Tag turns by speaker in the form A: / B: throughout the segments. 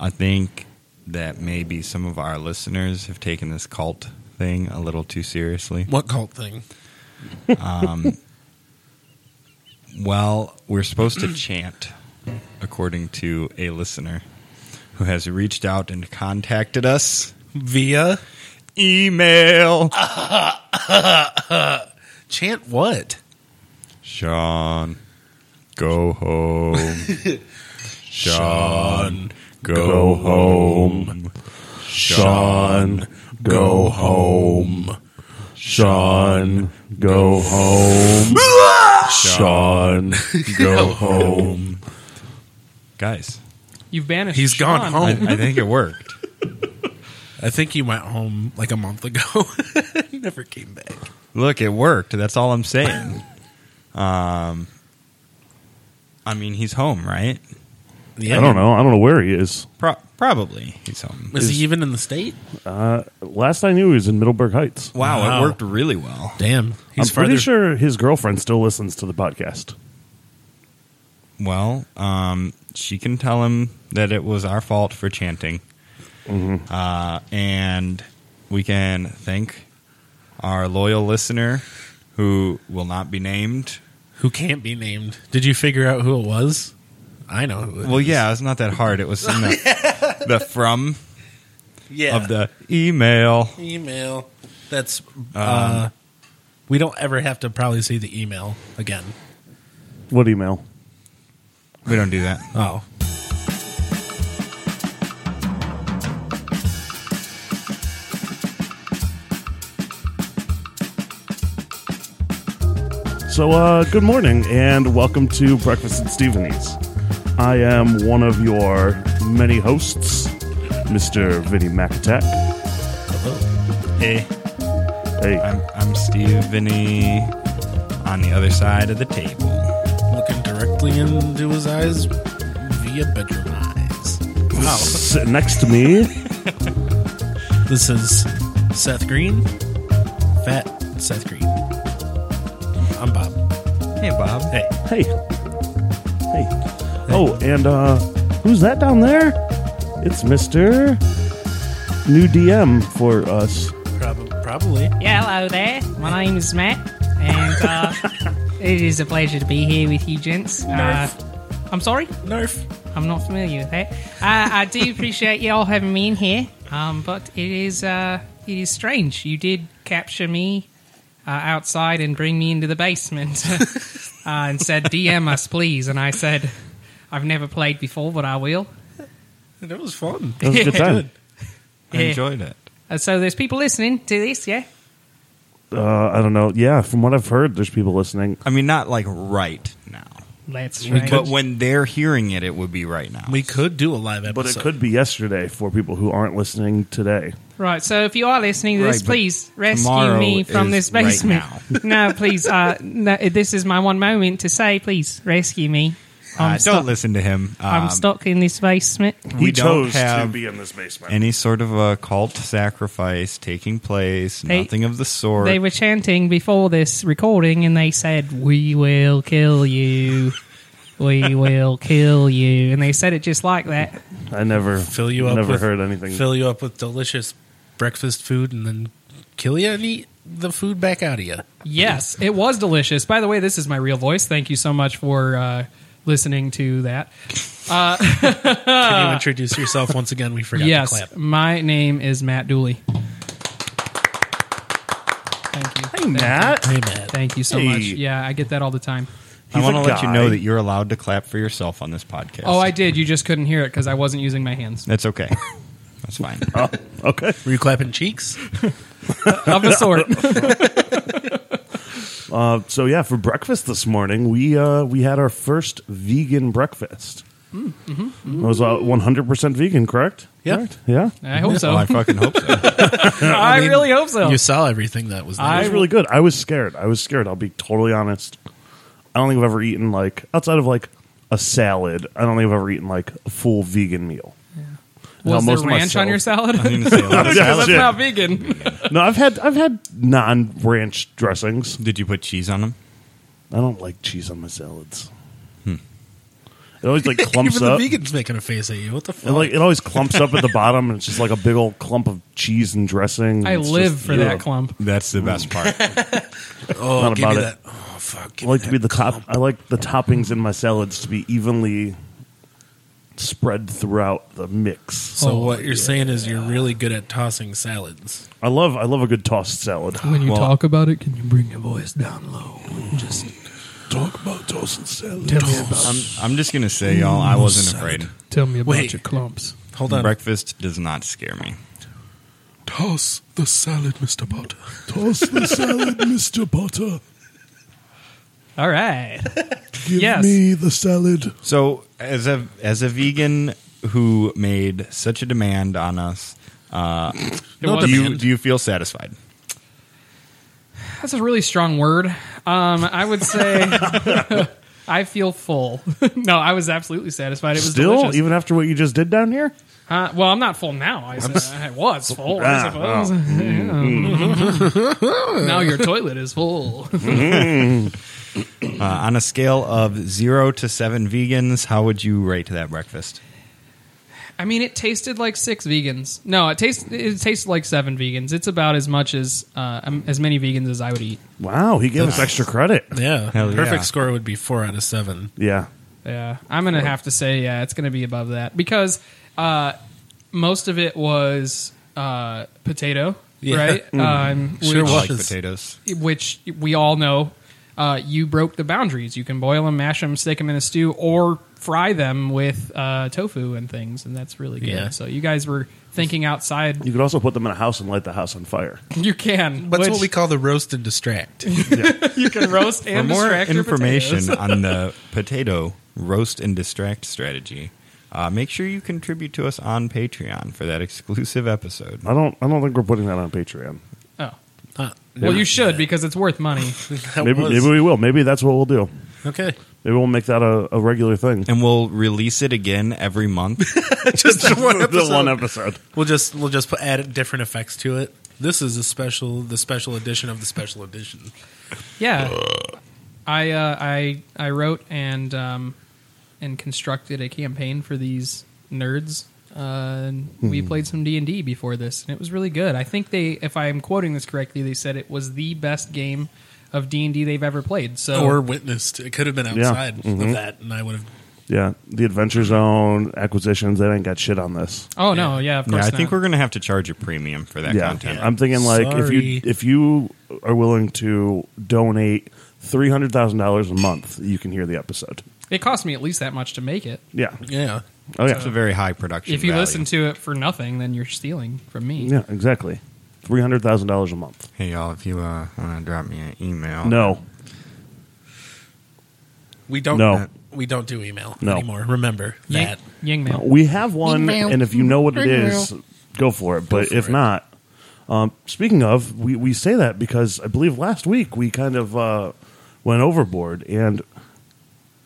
A: I think that maybe some of our listeners have taken this cult thing a little too seriously. Um,
B: What cult thing?
A: Well, we're supposed to chant, according to a listener who has reached out and contacted us.
B: Via
A: Email
B: chant what?
A: Sean, go home. Sean, go, home.
C: Sean, go home. Sean, go home. Sean, go home.
A: Guys,
D: You've banished.
B: He's gone
D: Sean.
A: I,
B: home.
A: I think it worked.
B: I think he went home like a month ago. Never came back.
A: Look, it worked. That's all I'm saying. Um, I mean, he's home, right?
B: Yeah,
C: I don't know. I don't know where he is.
A: Pro- probably he's home.
B: Is he even in the state?
C: Last I knew, he was in Middleburg Heights.
A: Wow,
B: Wow.
A: it worked really well.
B: Damn, he's
C: I'm
B: farther.
C: pretty sure his girlfriend still listens to the podcast.
A: Well, um, she can tell him that it was our fault for chanting. Uh, and we can thank our loyal listener who will not be named.
B: Who can't be named? Did you figure out who it was? I know. Who it
A: Well,
B: is.
A: yeah, it's not that hard. It was in the, the from
B: yeah.
A: of the email.
B: email. That's uh, we don't ever have to probably see the email again.
C: What email?
A: We don't do that.
B: Oh,
C: So, uh, good morning and welcome to Breakfast at Stephenie's. I am one of your many hosts, Mr. Vinny McAtack.
A: Hey,
C: Hey,
A: I'm, I'm Steve Vinny on the other side of the table.
B: looking directly into his eyes via bedroom eyes. Wow,
C: sit next to me.
B: this is Seth Green, fat Seth Green. I'm Bob.
A: Hey, Bob.
B: Hey,
C: Hey. Hey. Oh, and uh who's that down there? It's Mr. New DM for us.
B: prob- probably.
D: Yeah, hello there. My name is Matt, and uh, it is a pleasure to be here with you, gents. Uh, I'm sorry,
B: Nerf.
D: I'm not familiar with that. Uh, I do appreciate y'all having me in here, um, but it is uh, it is strange. You did capture me uh, outside and bring me into the basement, uh, and said, "DM us, please." And I said, "I've never played before, but I will."
B: That was fun.
C: That was a good time.
A: I
D: Yeah.
A: enjoyed it.
D: Uh, so there's people listening to this, yeah.
C: Uh, I don't know. Yeah, from what I've heard, there's people listening.
A: I mean, not like right now.
D: That's
B: We
D: right.
A: But when they're hearing it, it would be right now.
B: We could do a live episode,
C: But it could be yesterday for people who aren't listening today.
D: Right. So if you are listening to this,
A: Right, but
D: please rescue
A: tomorrow
D: me from this
A: is right
D: basement. no, please. Uh, no, this is my one moment to say, please rescue me. I'm
A: Uh,
D: stuck.
A: don't listen to him.
D: I'm
A: Um,
D: stuck in this basement.
C: He
A: We don't
C: chose
A: have
C: to be in this basement.
A: Any sort of a cult sacrifice taking place,
D: They-
A: nothing of the sort.
D: They were chanting before this recording, and they said, "We will kill you. We will kill you." And they said it just like that.
C: I never
B: fill you up.
C: Never
B: with,
C: heard anything.
B: Fill you up with delicious breakfast food, and then kill you and eat the food back out of you.
D: Yes, it was delicious. By the way, this is my real voice. Thank you so much for uh, listening to that.
B: Can
C: Ah.
B: you introduce yourself once again? We forgot
D: yes,
B: to clap.
D: my name is Matt Dooley. Thank you. Hey,
C: Matt,
B: Hey, Matt.
D: Thank you so
C: Hey.
D: much. Yeah, I get that all the time.
A: I
C: He's
A: want to
C: a
A: let you
C: guy.
A: know that you're allowed to clap for yourself on this podcast.
D: Oh, I did. You just couldn't hear it because I wasn't using my hands.
A: That's okay. That's fine.
C: okay.
B: Were you clapping cheeks?
D: Of a sort.
C: Uh, so yeah, for breakfast this morning, we uh, we had our first vegan breakfast. It was uh, 100% vegan, correct?
B: Yep.
C: Correct? Yeah.
D: I hope so.
A: Oh, I
D: I,
A: fucking hope so.
C: uh,
B: mean,
D: really hope so.
B: You saw everything that was there.
C: It was really good. I was scared. I was scared. I'll be totally honest. I don't think I've ever eaten like outside of like a salad. I don't think I've ever eaten like a full vegan meal. Now,
D: Was there
C: most of my
D: ranch on
C: salad-
D: your salad?
A: I didn't say that.
D: Because that's
C: Yeah.
D: not vegan.
C: No, I've had I've had non ranch dressings.
A: Did you put cheese on them?
C: I don't like cheese on my salads. It always like clumps
B: Hmm. Even
C: up.
B: the vegan's making a face at you. What the fuck?
C: It like it always clumps up at the bottom, and it's just like a big old clump of cheese and dressing.
D: I
C: It's
D: live
C: just
D: for
C: beautiful.
D: that clump.
A: That's the best part.
B: oh,
C: not
B: give me
C: about
B: that.
C: it.
B: Oh, fuck.
C: I
B: give me
C: like to
B: that.
C: be the top. I like the toppings in my salads to be evenly spread throughout the mix.
B: So
D: Oh,
B: what you're saying is you're really good at tossing salads.
C: I love I love a good tossed salad.
E: When you
A: Well-
E: talk about it, can you bring your voice down low? and Just
B: Talk about tossing salads.
E: tell me about,
A: I'm, I'm just going to say, y'all, I wasn't
B: Salad.
A: afraid.
E: tell me about
B: Wait.
E: your clumps.
B: Hold on.
A: Breakfast does not scare me.
B: Toss the salad, Mr. Potter.
C: Toss the salad, Mister Potter.
D: All right. yes.
C: the salad.
A: So, as a as a vegan who made such a demand on us, uh,
D: No
A: do you
D: demand.
A: do you feel satisfied?
D: That's a really strong word. Um, I would say I feel full. no, I was absolutely satisfied. It was
C: Still,
D: delicious.
C: even after what you just did down here,
D: Uh, well, I'm not full now. I, said, I was full, I
C: Ah, Mm-hmm.
D: suppose. now your toilet is full.
A: Uh, on a scale of zero to seven vegans, how would you rate that breakfast?
D: I mean, it tasted like six vegans. No, it tastes it tasted like seven vegans. It's about as much as uh, um, as many vegans as I would eat.
C: wow, he gave us extra credit.
B: Yeah.
A: Hell
B: Perfect
A: yeah.
B: score would be four out of seven.
C: Yeah,
D: Yeah, I'm gonna have to say yeah, it's gonna be above that because uh, most of it was uh, potato,
B: Yeah. Mm.
D: right? Um,
B: Sure
D: which-
A: I like
B: was.
A: potatoes.
D: which we all know, uh, you broke the boundaries. You can boil them, mash them, stick them in a stew, or fry them with uh, tofu and things, and that's really good.
B: Yeah.
D: So you guys were thinking outside.
C: you could also put them in a house and light the house on fire.
D: You can,
B: That's
D: which
B: what we call the roast and distract.
D: you can roast
A: For
D: and
A: more
D: distract your potatoes.
A: information on the potato roast and distract strategy, uh, make sure you contribute to us on Patreon for that exclusive episode.
C: I don't. I don't think we're putting that on Patreon.
D: Oh.
B: Huh.
D: Well, you should because it's worth money.
B: That
C: maybe
B: was-
C: maybe we will. Maybe that's what we'll do.
B: Okay.
C: Maybe we'll make that a, a regular thing.
A: And we'll release it again every month.
B: Just the one
C: the
B: episode.
C: one episode.
B: We'll just we'll just put, add different effects to it. This is a special the special edition of the special edition.
D: Yeah, I uh, I I wrote and um, and constructed a campaign for these nerds. Uh, and we played some D and D before this, and it was really good. I think they, if I am quoting this correctly, they said it was the best game of D and D they've ever played. So
B: Or witnessed. It could have been
C: Yeah.
B: outside of that and I would have
C: Yeah, the Adventure Zone acquisitions. They ain't got shit on this.
D: oh no, yeah, of
A: yeah,
D: course.
A: I think
D: not.
A: we're going to have to charge a premium for that
C: yeah,
A: content.
C: I'm thinking like
B: Sorry.
C: if you if you are willing to donate three hundred thousand dollars a month, you can hear the episode.
D: It cost me at least that much to make it.
C: Yeah.
B: Yeah.
C: Oh
A: It's
C: yeah.
A: a very high production.
D: If you
A: value.
D: listen to it for nothing, then you're stealing from me.
C: yeah. Exactly. Three hundred thousand dollars a month.
A: hey y'all, if you uh, want to drop me an email,
C: No.
B: We don't
C: No.
B: we don't do email
C: No.
B: anymore. Remember
D: Yang,
B: that.
D: Yang man.
C: We have one,
E: Meow.
C: and if you know what it is, go for it. But
B: for
C: if
B: it.
C: not, um, speaking of, we, we say that because I believe last week we kind of uh, went overboard. And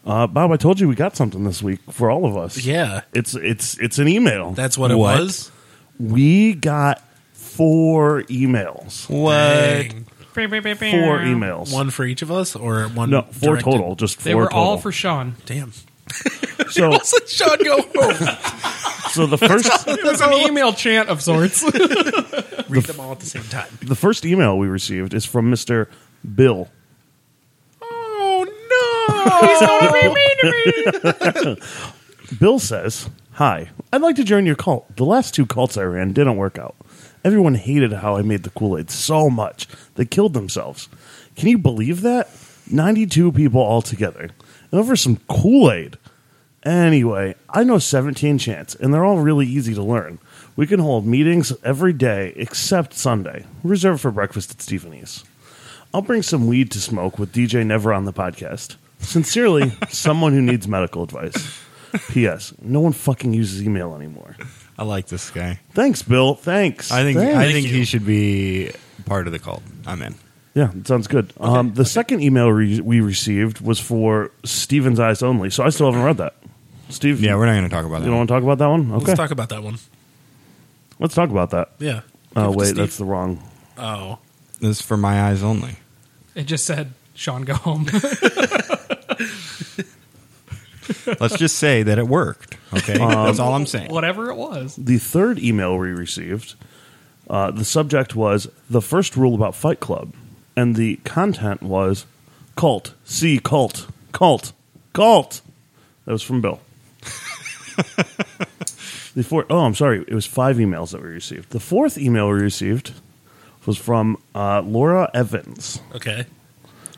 C: uh, Bob, I told you we got something this week for all of us.
B: Yeah.
C: it's it's it's an email.
B: That's what it
A: What?
B: was.
C: we got four emails.
A: What?
B: Dang.
C: Four emails.
B: One for each of us or one
C: no, four
B: directed?
C: total. Just four
D: They were
C: total.
D: all for Sean.
B: Damn.
C: so
B: Let Sean go home.
C: so the first
D: It was an email chant of sorts.
B: Read them all at the same time.
C: the first email we received is from Mister Bill. Bill says, Hi, I'd like to join your cult. The last two cults I ran didn't work out. Everyone hated how I made the Kool Aid so much, they killed themselves. Can you believe that? 92 people altogether. And over some Kool Aid. Anyway, I know 17 chants, and they're all really easy to learn. We can hold meetings every day except Sunday, reserved for breakfast at Stephenie's. I'll bring some weed to smoke with DJ Never on the podcast. Sincerely, someone who needs medical advice. P.S. No one fucking uses email anymore.
A: I like this guy.
C: Thanks, Bill. Thanks.
A: I think
C: Thanks.
A: I think he should be part of the cult. I'm in.
C: Yeah, it sounds good. um, the second email re- we received was for Steven's Eyes Only, so I still haven't read that. Steve,
A: Yeah, we're not going to talk about
C: you
A: that.
C: don't want to talk about that one? Okay.
B: Let's talk about that one.
C: Let's talk about that.
B: Yeah. Give it
C: Oh,
B: to
C: wait,
B: Steve.
C: that's the wrong.
B: Oh.
A: This is for my eyes only.
D: It just said, Sean, go home.
A: Let's just say that it worked. Okay, that's all I'm saying.
F: Whatever it was.
C: The third email we received, uh, the subject was the first rule about Fight Club, and the content was cult, see cult, cult, cult. That was from Bill. the four, oh, I'm sorry. It was five emails that we received. The fourth email we received was from uh, Laura Evans.
B: Okay.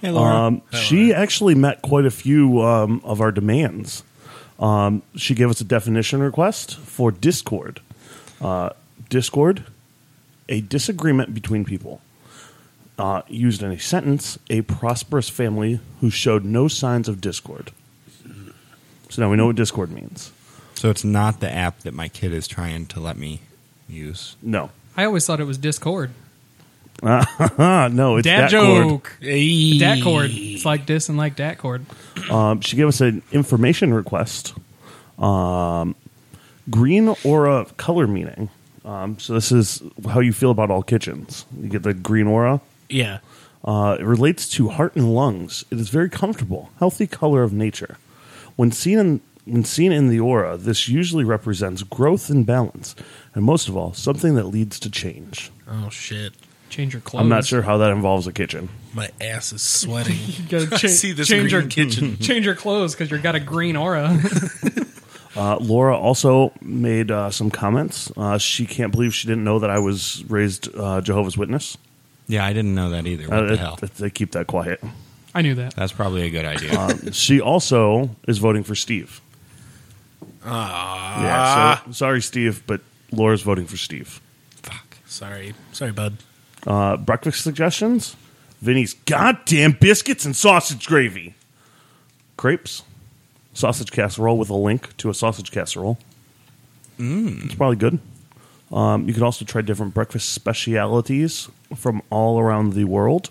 A: Hey, Laura.
C: Um, she actually met quite a few um, of our demands. Um, she gave us a definition request for discord. Uh, discord, a disagreement between people. Uh, used in a sentence, a prosperous family who showed no signs of discord. So now we know what discord means.
A: so it's not the app that my kid is trying to let me use.
C: No.
F: I always thought it was Discord.
C: Ah, no, it's that
F: Dad
C: chord.
F: joke. Dat chord. It's like this and like dat chord.
C: Um, she gave us an information request. Um, green aura color meaning. Um, so this is how you feel about all kitchens. You get the green aura.
B: Yeah.
C: Uh, it relates to heart and lungs. It is very comfortable, healthy color of nature. When seen in when seen in the aura, this usually represents growth and balance, and most of all, something that leads to change.
B: Oh shit.
F: Change your clothes.
C: I'm not sure how that involves a kitchen.
B: My ass is sweating.
F: You gotta
B: I
F: cha-
B: see this
F: change
B: green
F: your
B: kitchen.
F: Change your clothes because you've got a green aura.
C: Uh, Laura also made uh, some comments. Uh, she can't believe she didn't know that I was raised uh, Jehovah's Witness.
A: Yeah, I didn't know that either. What
C: Uh,
A: the hell?
C: th- They keep that quiet.
F: I knew that.
A: That's probably a good idea.
C: Um, she also is voting for Steve. Yeah, so, sorry, Steve, but Laura's voting for Steve.
A: Fuck.
B: Sorry. Sorry, bud.
C: Uh, breakfast suggestions: Vinny's goddamn biscuits and sausage gravy, crepes, sausage casserole with a link to a sausage casserole. It's probably good. Um, you could also try different breakfast specialities from all around the world,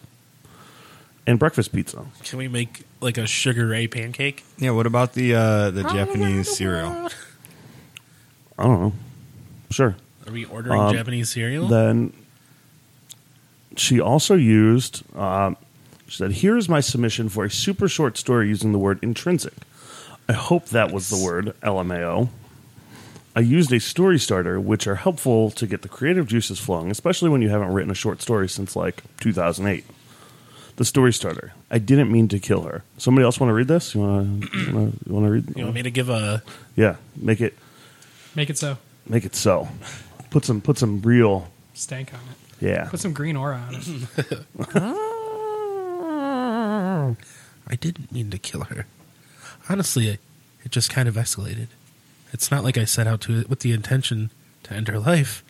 C: and breakfast pizza.
B: Can we make like a sugar ray pancake?
A: Yeah. What about the uh, the Japanese cereal?
C: I don't know. Sure.
B: Are we ordering
C: Um,
B: Japanese cereal?
C: Then she also used, um, she said, Here is my submission for a super short story using the word intrinsic. I hope that was the word, LMAO. I used a story starter, which are helpful to get the creative juices flowing, especially when you haven't written a short story since like 2008. The story starter. I didn't mean to kill her. Somebody else want to read this? You want to? You want to read?
B: you want me to give a
C: yeah, make it
F: Make it so.
C: make it so. Put some put some real
F: Stank on it.
C: yeah.
F: Put some green aura on it.
B: I didn't mean to kill her. Honestly, it, it just kind of escalated. It's not like I set out to with the intention to end her life,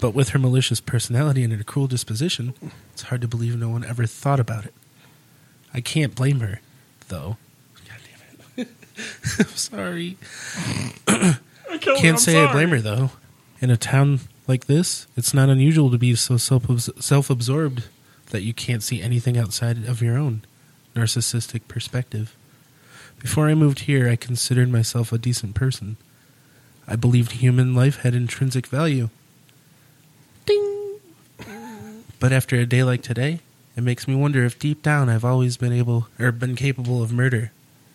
B: but with her malicious personality and her cruel disposition, it's hard to believe no one ever thought about it. I can't blame her, though. God damn it. I'm sorry. Can't say I blame her though. In a town like this, it's not unusual to be so self absorbed that you can't see anything outside of your own narcissistic perspective. Before I moved here, I considered myself a decent person. I believed human life had intrinsic value. Ding! But after a day like today, it makes me wonder if deep down I've always been able or been capable of murder,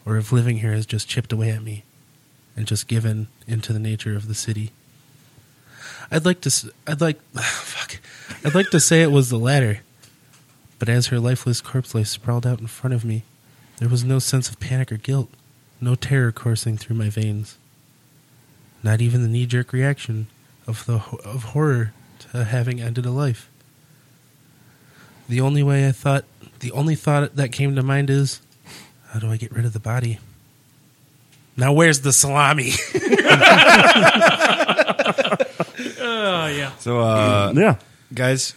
B: or if living here has just chipped away at me and just given into the nature of the city. I'd like to, s- I'd like, fuck, I'd like to say it was the latter, but as her lifeless corpse lay sprawled out in front of me, there was no sense of panic or guilt, no terror coursing through my veins, not even the knee-jerk reaction of the ho- of horror to having ended a life. The only way I thought, the only thought that came to mind is, how do I get rid of the body? Now where's the salami?
F: Oh, yeah.
A: So uh,
C: yeah.
A: guys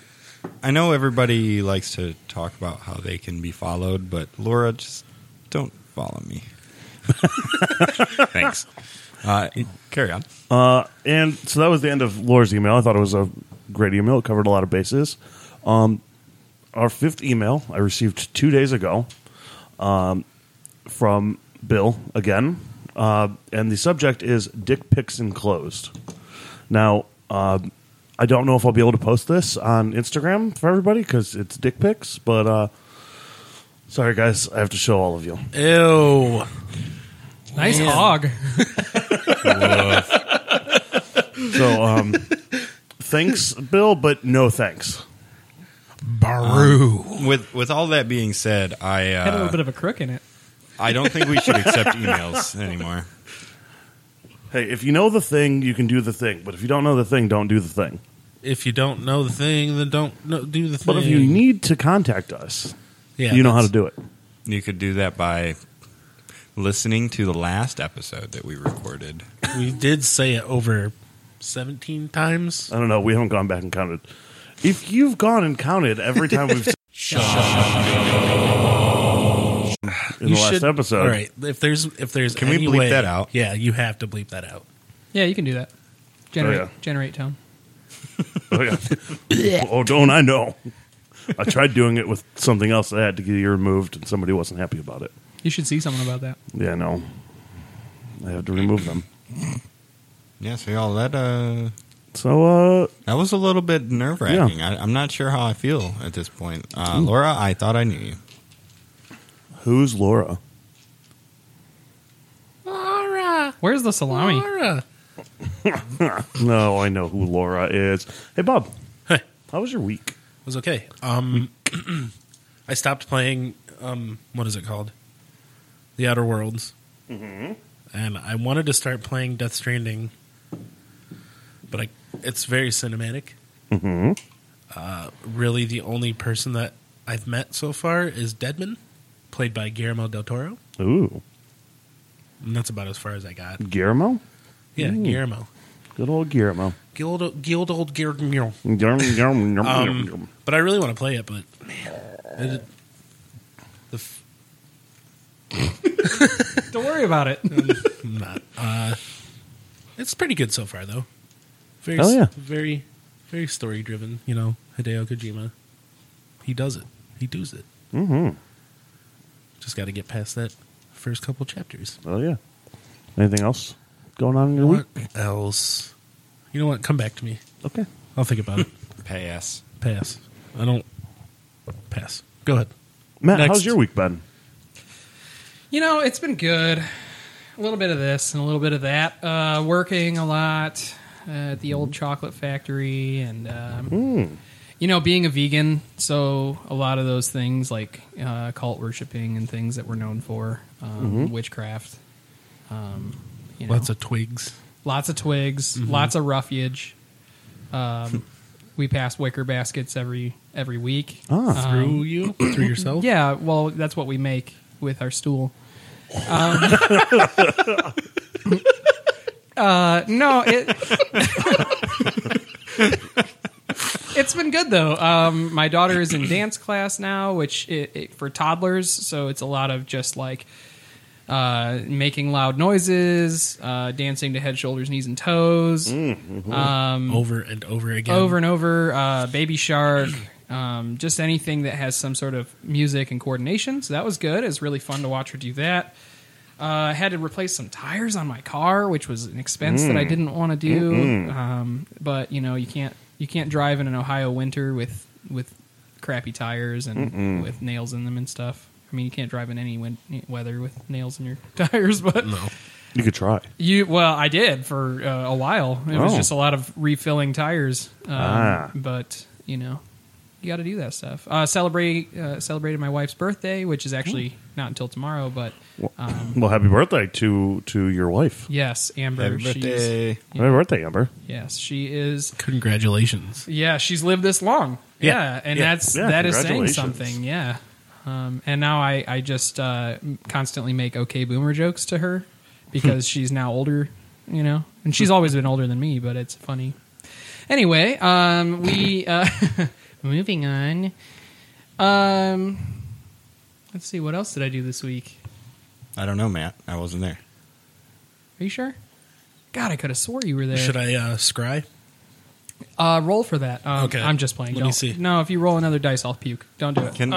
A: i know everybody likes to talk about how they can be followed but laura just don't follow me thanks uh, carry on
C: Uh, and so that was the end of Laura's email. I thought it was a great email. It covered a lot of bases. Um, our fifth email I received two days ago um, from Bill again. Uh, and the subject is Dick Pics Enclosed. Now, um I don't know if I'll be able to post this on Instagram for everybody because it's Dick Pics, but uh, sorry, guys. I have to show all of you.
B: Ew.
D: Nice hog.
C: So, um, thanks, Bill, but no thanks.
B: Baru.
A: With with all that being said, I
D: Had a little
A: uh,
D: bit of a crook in it.
A: I don't think we should accept emails anymore.
C: Hey, if you know the thing, you can do the thing. But if you don't know the thing, don't do the thing.
B: if you don't know the thing, then don't know, do the thing.
C: But if you need to contact us,
B: yeah,
C: you know how to
B: that's-
C: do it.
A: You could do that by listening to the last episode that we recorded.
B: We did say it over seventeen times.
C: I don't know. We haven't gone back and counted. If you've gone and counted every time we've said in the
B: You
C: last
B: should-
C: episode,
B: All right, if there's if there's
A: Can we
B: any
A: bleep
B: way-
A: that out?
B: Yeah, you have to bleep that out.
D: Yeah, you can do that. Generate,
C: yeah.
D: generate tone.
C: Oh, yeah. oh, don't I know? I tried doing it with something else that I had to get removed, and somebody wasn't happy about it.
D: You should see someone about that.
C: Yeah, no. I have to remove them.
A: Yeah, so y'all that uh
C: So, uh,
A: that was a little bit nerve wracking. I'm not sure how I feel at this point. Uh, Laura, I thought I knew you.
C: who's Laura?
B: Laura,
D: Where's the salami?
B: Laura.
C: No, I know who Laura is. Hey, Bob.
B: Hey.
C: How was your week?
B: It was okay. Um, I stopped playing. Um, what is it called? The Outer Worlds. Mm-hmm. And I wanted to start playing Death Stranding, but I, it's very cinematic.
C: Mhm.
B: Uh, really, the only person that I've met so far is Deadman, played by Guillermo del Toro,
C: Ooh,
B: and that's about as far as I got.
C: Guillermo?
B: Yeah, Guillermo.
C: Good old Guillermo.
B: Guild, guild old Guillermo.
C: Guillermo, Guillermo,
B: Um,
C: Guillermo.
B: But I really want to play it, but man, it, the f-
D: Don't worry about it.
B: I'm not. Uh, it's pretty good so far, though. Very,
C: Hell yeah.
B: very, very story driven. You know, Hideo Kojima. He does it. He does it.
C: Mhm.
B: Just got to get past that first couple chapters.
C: Oh, yeah. Anything else going on in your
B: What
C: week?
B: else? You know what? Come back to me.
C: Okay.
B: I'll think about it.
A: Pass.
B: Pass. I don't pass. Go ahead.
C: Matt,
B: Next.
C: how's your week been?
D: You know, it's been good. A little bit of this and a little bit of that. Uh, working a lot uh, at the old chocolate factory and, um, you know, being a vegan. So a lot of those things like uh, cult worshiping and things that we're known for, um, witchcraft. Um, you know,
B: Lots of twigs.
D: lots of twigs, lots of roughage. Um, we pass wicker baskets every every week.
C: Ah.
B: Through you, through yourself.
D: Um, Yeah, well, that's what we make with our stool. Um, uh, no, it. it's been good though. Um, my daughter is in dance class now, which it, it, for toddlers, so it's a lot of just like uh, making loud noises, uh, dancing to head, shoulders, knees, and toes
B: Over and over again.
D: over and over. Uh, Baby Shark, um, just anything that has some sort of music and coordination. So that was good. It was really fun to watch her do that. Uh, I had to replace some tires on my car, which was an expense that I didn't want to do. Um, but you know, you can't you can't drive in an Ohio winter with with crappy tires and with nails in them and stuff. I mean, you can't drive in any win- weather with nails in your tires, but
B: No.
C: You could try.
D: you well, I did for uh, a while. It was
C: Oh.
D: just a lot of refilling tires. Um,
C: Ah.
D: But you know, you got to do that stuff. Uh, celebrate uh, celebrated my wife's birthday, which is actually
C: Hmm.
D: not until tomorrow. But
C: Well, well, happy birthday to to your wife.
D: yes, Amber,
A: Happy
D: she's
A: birthday.
D: Yeah.
C: Happy birthday, Amber.
D: yes, she is.
B: Congratulations.
D: Yeah, she's lived this long.
B: Yeah.
D: Yeah, and
B: Yeah.
D: that's
C: Yeah,
D: that is saying
C: congratulations.
D: something. Yeah. Um, and now I I just uh, constantly make okay boomer jokes to her
B: Hmm.
D: because she's now older, you know, and she's always been older than me, but it's funny. Anyway, um, we uh, moving on. Um, let's see what else did I do this week.
A: I don't know, Matt. I wasn't there.
D: Are you sure? God, I could have swore you were there.
B: Should I uh, scry?
D: Uh, roll for that. Um,
B: Okay.
D: I'm just playing.
B: Let me
D: Don't.
B: see.
D: No, if you roll another dice, I'll puke. Don't do it.
A: Can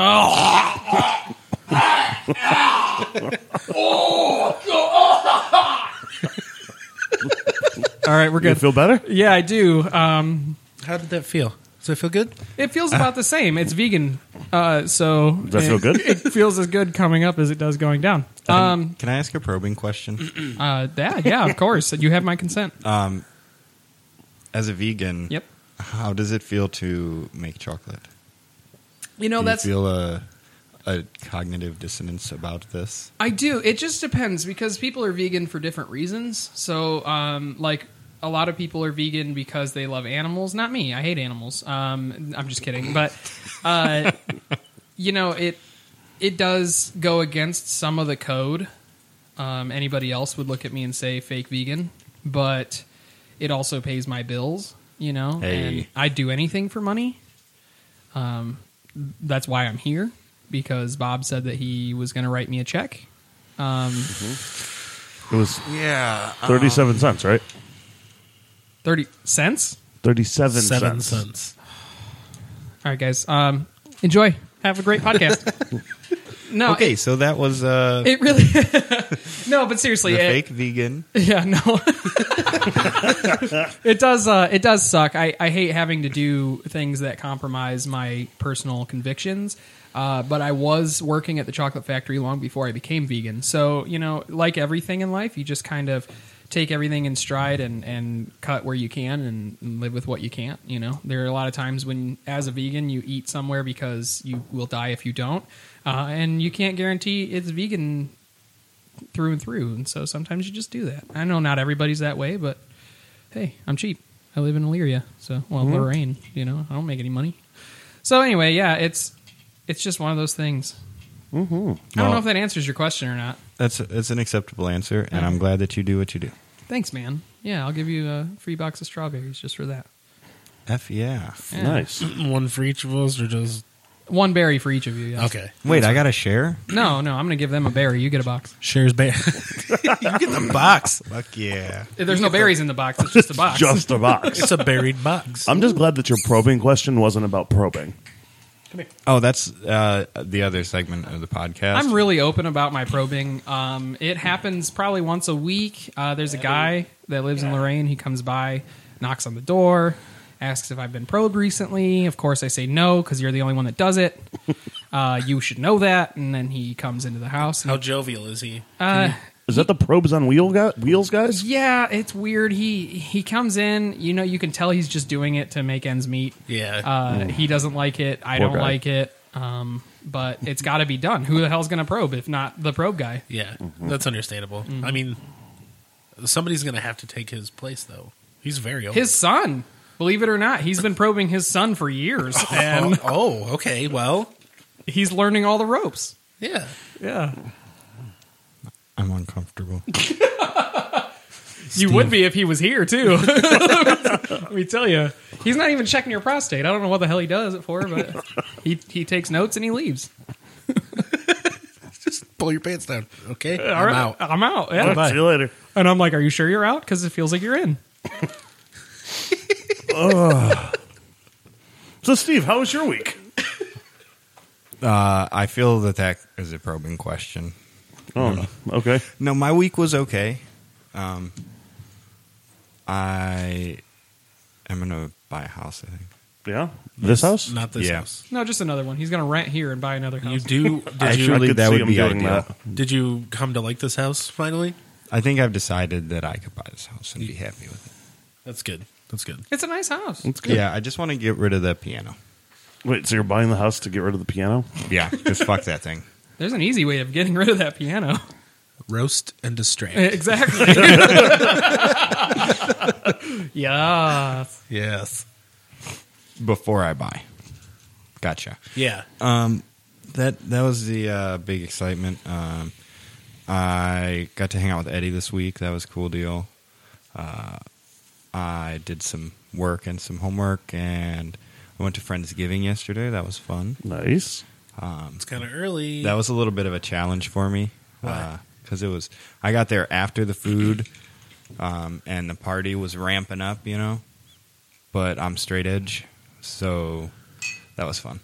D: All right, we're
C: You
D: good.
C: feel better?
D: Yeah, I do. Um,
B: How did that feel? Does that feel good?
D: It feels about the same. It's vegan, uh, so
C: Does that feel
D: it-
C: good?
D: It feels as good coming up as it does going down. Um,
A: Can I ask a probing question?
D: uh, that, yeah, of course. You have my consent.
C: Uh,
A: As a vegan,
D: Yep.
A: How does it feel to make chocolate?
D: You know
A: Do
D: that's
A: you feel a a cognitive dissonance about this?
D: I do. It just depends because people are vegan for different reasons. So, um, like a lot of people are vegan because they love animals. Not me. I hate animals. Um, I'm just kidding. But uh, you know it it does go against some of the code. Um, anybody else would look at me and say fake vegan, but it also pays my bills. You know, and
A: Hey.
D: I'd do anything for money. Um, that's why I'm here because Bob said that he was going to write me a check. Um,
C: It was
A: Yeah.
C: 37 cents, right?
D: 30 cents.
C: 37
B: Seven
C: cents.
B: cents.
D: All right, guys. Um, enjoy. Have a great podcast. no,
A: Okay,
D: It,
A: so that was uh,
D: it really. no, but seriously,
A: the
D: it,
A: fake vegan.
D: yeah, no. it does. Uh, it does suck. I, I hate having to do things that compromise my personal convictions. Uh, but I was working at the chocolate factory long before I became vegan. So you know, like everything in life, you just kind of take everything in stride and, and cut where you can and, and live with what you can't. You know, there are a lot of times when, as a vegan, you eat somewhere because you will die if you don't, uh, and you can't guarantee it's vegan through and through. And so sometimes you just do that. I know not everybody's that way, but hey, I'm cheap. I live in Elyria, so well Lorraine. You know, I don't make any money. So anyway, yeah, it's it's just one of those things. Mm-hmm. I don't know
A: Well-
D: if that answers your question or not.
A: That's that's an acceptable answer, and I'm glad that you do what you do.
D: Thanks, man. Yeah, I'll give you a free box of strawberries just for that.
A: F yeah.
D: Yeah.
C: Nice.
B: One for each of us, or just
D: One berry for each of you. Yes.
B: okay?
A: Wait, I gotta share.
D: No, no, I'm gonna give them a berry. You get a box.
B: Shares bear.
A: the box. Fuck yeah.
D: There's no berries in the box. It's just a box.
C: Just a box.
B: it's a buried box.
C: I'm just glad that your probing question wasn't about probing.
A: Oh, that's uh, the other segment of the podcast.
D: I'm really open about my probing. Um, it happens probably once a week. Uh, there's a guy that lives in Lorraine. He comes by, knocks on the door, asks if I've been probed recently. Of course, I say no because you're the only one that does it. Uh, you should know that. And then he comes into the house.
B: How
D: And,
B: jovial is he?
D: uh,
C: Is that the probes on wheel guy- wheels, guys?
D: yeah, it's weird. He he comes in. You know, you can tell he's just doing it to make ends meet.
B: Yeah.
D: Uh, he doesn't like it. I
C: Poor
D: don't
C: guy.
D: like it. Um, but it's got to be done. Who the hell's going to probe if not the probe guy?
B: yeah, that's understandable.
D: Mm-hmm.
B: I mean, somebody's gonna have to take his place, though. He's very old.
D: his son. Believe it or not, he's been probing his son for years,
B: oh,
D: and
B: oh, okay. Well,
D: he's learning all the ropes.
B: yeah.
D: Yeah,
A: I'm uncomfortable.
D: you would be if he was here too. Let me tell you, he's not even checking your prostate. I don't know what the hell he does it for, but he he takes notes and he leaves.
B: Just pull your pants down. Okay,
D: All
B: I'm
D: right,
B: out.
D: I'm out. Yeah.
C: See you later.
D: And I'm like, are you sure you're out? Because it feels like you're in.
C: So, Steve, how was your week?
A: Uh, I feel that that is a probing question.
C: Oh, okay.
A: No, my week was okay. Um, I am gonna buy a house. I think.
C: Yeah. This house?
B: Not this
A: Yeah.
B: house.
D: No, just another one. He's gonna rent here and buy another
B: You
D: house.
B: do? Did you?
A: Actually,
C: could
A: that
C: see
A: would
C: him
A: be
C: doing
A: ideal.
C: that.
B: Did you come to like this house finally?
A: I think I've decided that I could buy this house and be happy with it.
B: That's good. That's good.
D: It's a nice house.
A: Yeah, I just want to get rid of the piano.
C: Wait, so you're buying the house to get rid of the piano?
A: Yeah, just fuck that thing.
D: There's an easy way of getting rid of that piano.
B: Roast and distract.
D: exactly. yeah.
B: yes.
A: Before I buy. Gotcha.
B: Yeah.
A: Um, that that was the uh, big excitement. Um, I got to hang out with Eddie this week. That was a cool deal. Uh, I did some work and some homework, and I went to Friendsgiving yesterday. That was fun.
C: Nice.
B: It's kind of early.
A: That was a little bit of a challenge for me
B: Why?
A: because it was. I got there after the food, um, and the party was ramping up, you know. But I'm straight edge, so that was fun.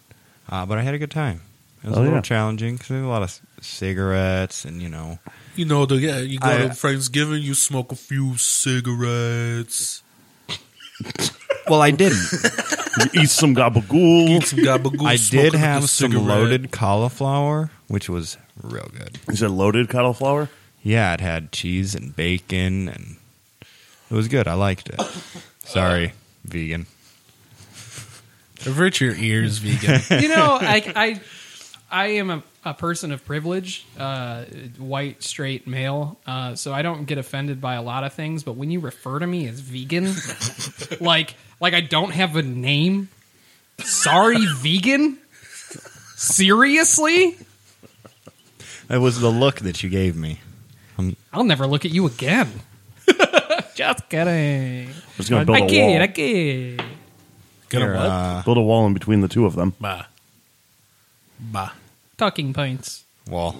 A: Uh, but I had a good time. It was
C: Oh,
A: a little
C: yeah.
A: challenging 'cause challenging because there was a lot of c- cigarettes and you know.
B: you know, the, yeah, you go
A: I-
B: to Friendsgiving, you smoke a few cigarettes.
A: Well, I didn't.
C: eat some gabagool.
B: Eat some gabagool.
A: I
B: smoke
A: did
B: a
A: have some
B: cigarette.
A: loaded cauliflower, which was real good.
C: Is it loaded cauliflower?
A: Yeah, it had cheese and bacon, and it was good. I liked it. Sorry, vegan.
B: Avert your ears, vegan.
D: you know, I, I, I am a, a person of privilege, uh, white, straight male, uh, so I don't get offended by a lot of things. But when you refer to me as vegan, like, like I don't have a name. Sorry, vegan. Seriously,
A: It was the look that you gave me.
D: I'll never look at you again. Just kidding.
C: I was going to build
D: I
C: a
D: kid,
C: wall.
D: I kid.
B: Gonna
A: Here,
B: what?
A: uh,
C: build a wall in between the two of them.
B: bah. Bah.
D: Talking points.
A: wall.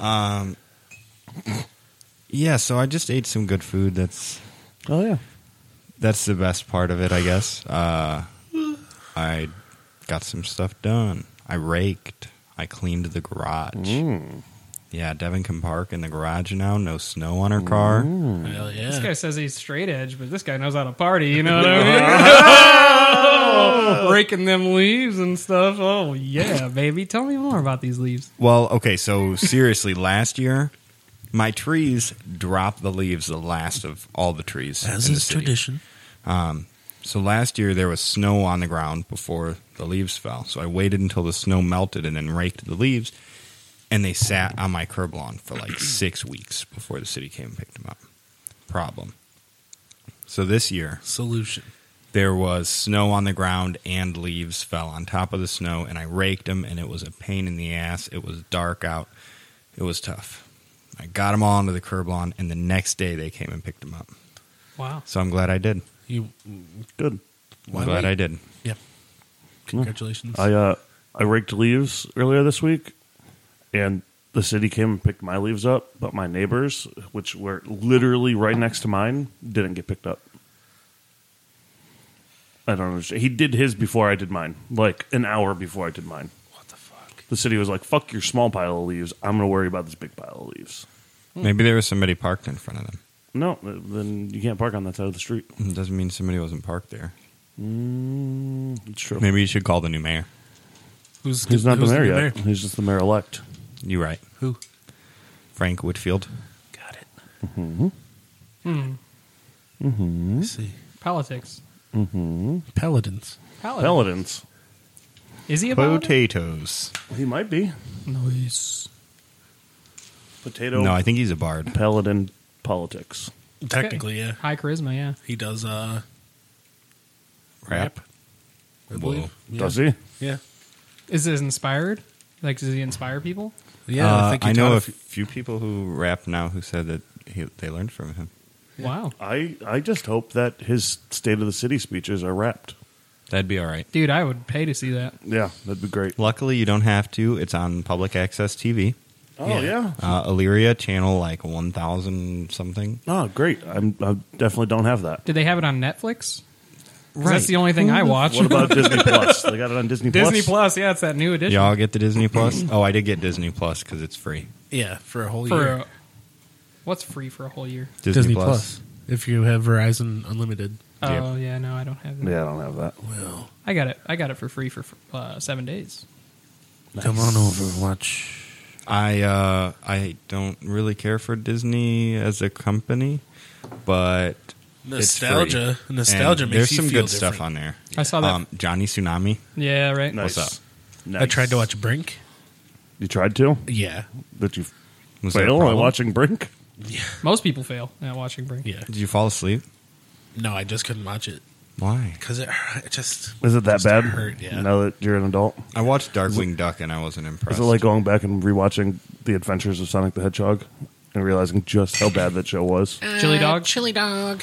A: Um, yeah, so I just ate some good food. That's
C: Oh yeah.
A: that's the best part of it, I guess. Uh, I got some stuff done. I raked. I cleaned the garage.
B: Hmm.
A: Yeah, Devin can park in the garage now. No snow on her car.
B: Hell
D: This
B: yeah.
D: guy says he's straight edge, but this guy knows how to party. You know what I mean? Raking them leaves and stuff. Oh yeah, baby. Tell me more about these leaves.
A: Well, okay, so seriously, last year my trees drop the leaves the last of all the trees.
B: As
A: in the
B: is
A: city.
B: tradition.
A: So last year there was snow on the ground before the leaves fell. So I waited until the snow melted and then raked the leaves, and they sat on my curb lawn for like six weeks before the city came and picked them up. Problem. So this year
B: Solution.
A: there was snow on the ground and leaves fell on top of the snow and i raked them and it was a pain in the ass it was dark out it was tough i got them all onto the curb lawn and the next day they came and picked them up
D: Wow.
A: so i'm glad i did
B: You.
C: Good.
A: i'm
B: Why
A: glad
B: wait?
A: i did
B: Yep. Congratulations.
C: I uh I raked leaves earlier this week, and the city came and picked my leaves up, but my neighbors, which were literally right next to mine, didn't get picked up. I don't understand. He did his before I did mine, like an hour before I did mine.
B: what the fuck?
C: The city was like, "Fuck your small pile of leaves. I'm gonna worry about this big pile of leaves."
A: maybe there was somebody parked in front of them
C: No, then you can't park on that side of the street.
A: it doesn't mean somebody wasn't parked there
C: Mm, it's true.
A: maybe you should call the new mayor
B: Who's,
C: He's not
B: who's
C: the mayor
B: new
C: yet. He's just the mayor elect.
A: you right
B: Who?
A: frank whitfield
B: Got it.
D: Hmm.
B: I see.
D: Politics.
B: Paladins.
D: Paladin.
C: Paladins.
D: Is he a paladin?
A: potatoes
C: He might be
G: Nice.
C: potato.
A: no i think he's a bard
C: paladin politics.
B: Technically, yeah.
D: High charisma. Yeah.
B: He does, uh,
A: rap
B: I believe. Yeah.
C: Does he?
B: Yeah.
D: Is this inspired? Like, does he inspire people?
B: Yeah,
A: Uh,
B: I think he
A: know
B: taught
A: a
B: a few-
A: few people who rap now who said that he, they learned from him.
D: Wow,
C: I I just hope that his state of the city speeches are wrapped.
A: That'd be all right.
D: dude, I would pay to see that.
C: Yeah, that'd be great.
A: Luckily, you don't have to. It's on public access TV.
C: Oh
B: Yeah.
C: yeah.
A: Uh, Illyria channel like one thousand something.
C: Oh great. I'm, I definitely don't have that.
D: Did they have it on Netflix? 'Cause
A: Right.
D: That's the only thing I watch.
C: What about Disney Plus? They got it on Disney Plus.
D: Disney Plus? Yeah, it's that new edition
A: Y'all get the Disney Plus? Oh, I did get Disney Plus because it's free.
B: yeah, for a whole
D: for
B: year.
D: a- what's free for a whole year?
A: Disney, Plus.
B: Plus. If you have Verizon Unlimited.
A: Yep.
D: Oh yeah, no, I don't have that.
C: Yeah, I don't have that.
B: Well,
D: I got it. I got it for free for uh, seven days.
B: come on over, watch.
A: I uh, I don't really care for Disney as a company, but it's free.
B: Nostalgia.
A: And
B: Nostalgia makes
A: There's
B: you
A: some
B: feel
A: good
B: different.
A: stuff on there.
D: I saw that.
A: Um, Johnny Tsunami.
D: yeah, right.
C: Nice.
A: What's up?
C: Nice.
B: I tried to watch Brink.
C: You tried to?
B: Yeah.
C: Did you
A: Was that a
C: fail at
A: problem?
C: watching Brink?
D: Most people fail at watching Brink.
B: Yeah.
A: Did you fall asleep?
B: No, I just couldn't watch it
A: Why?
B: because it, it just.
C: Is it that
B: just
C: bad?
B: Hurt, yeah.
C: Now that you're an adult,
A: I watched Darkwing Duck and I wasn't impressed.
C: is it like going back and rewatching The Adventures of Sonic the Hedgehog and realizing just how bad that show was?
A: Uh,
D: Chili dog.
B: Chili dog.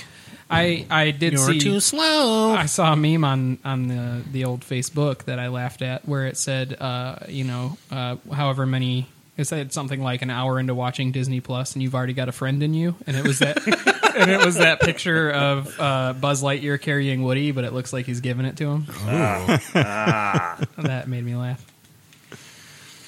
D: I I did
B: You're
D: see.
B: too slow.
D: I saw a meme on on the the old Facebook that I laughed at where it said, uh, you know, uh, however many. It said something like an hour into watching Disney Plus, and you've already got a friend in you, and it was that, and it was that picture of uh, Buzz Lightyear carrying Woody, but it looks like he's giving it to him. that made me laugh.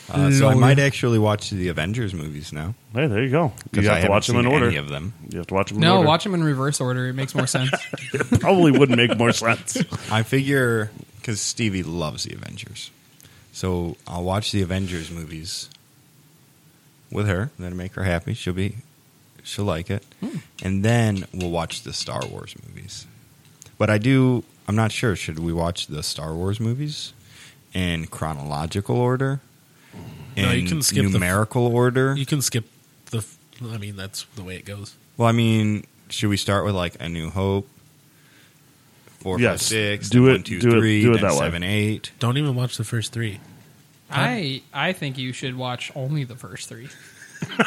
A: Uh, so I
C: mm,
B: Lol.
A: might actually watch the Avengers movies now
C: Hey, there you go. You
A: because I
C: have to
A: haven't
C: watch them in
A: seen
C: order.
A: Any of them?
C: You have to watch them. in
D: No,
C: order.
D: watch them in reverse order. It makes more sense.
C: Probably wouldn't make more sense.
A: I figure because Stevie loves the Avengers, so I'll watch the Avengers movies with her. That'll make her happy. She'll be, she'll like it,
B: Hmm.
A: and then we'll watch the Star Wars movies. But I do. I'm not sure. Should we watch the Star Wars movies in chronological order? In
B: No, you can skip the f-
A: numerical order.
B: You can skip the. f- I mean, that's the way it goes.
A: Well, I mean, should we start with like a New Hope? Four, five,
C: Yes.
A: six,
C: Do
A: then
C: it-
A: one, two,
C: do it-
A: three,
C: do it
A: then
C: that way.
A: seven, eight.
B: Don't even watch the first three.
D: I I think you should watch only the first three.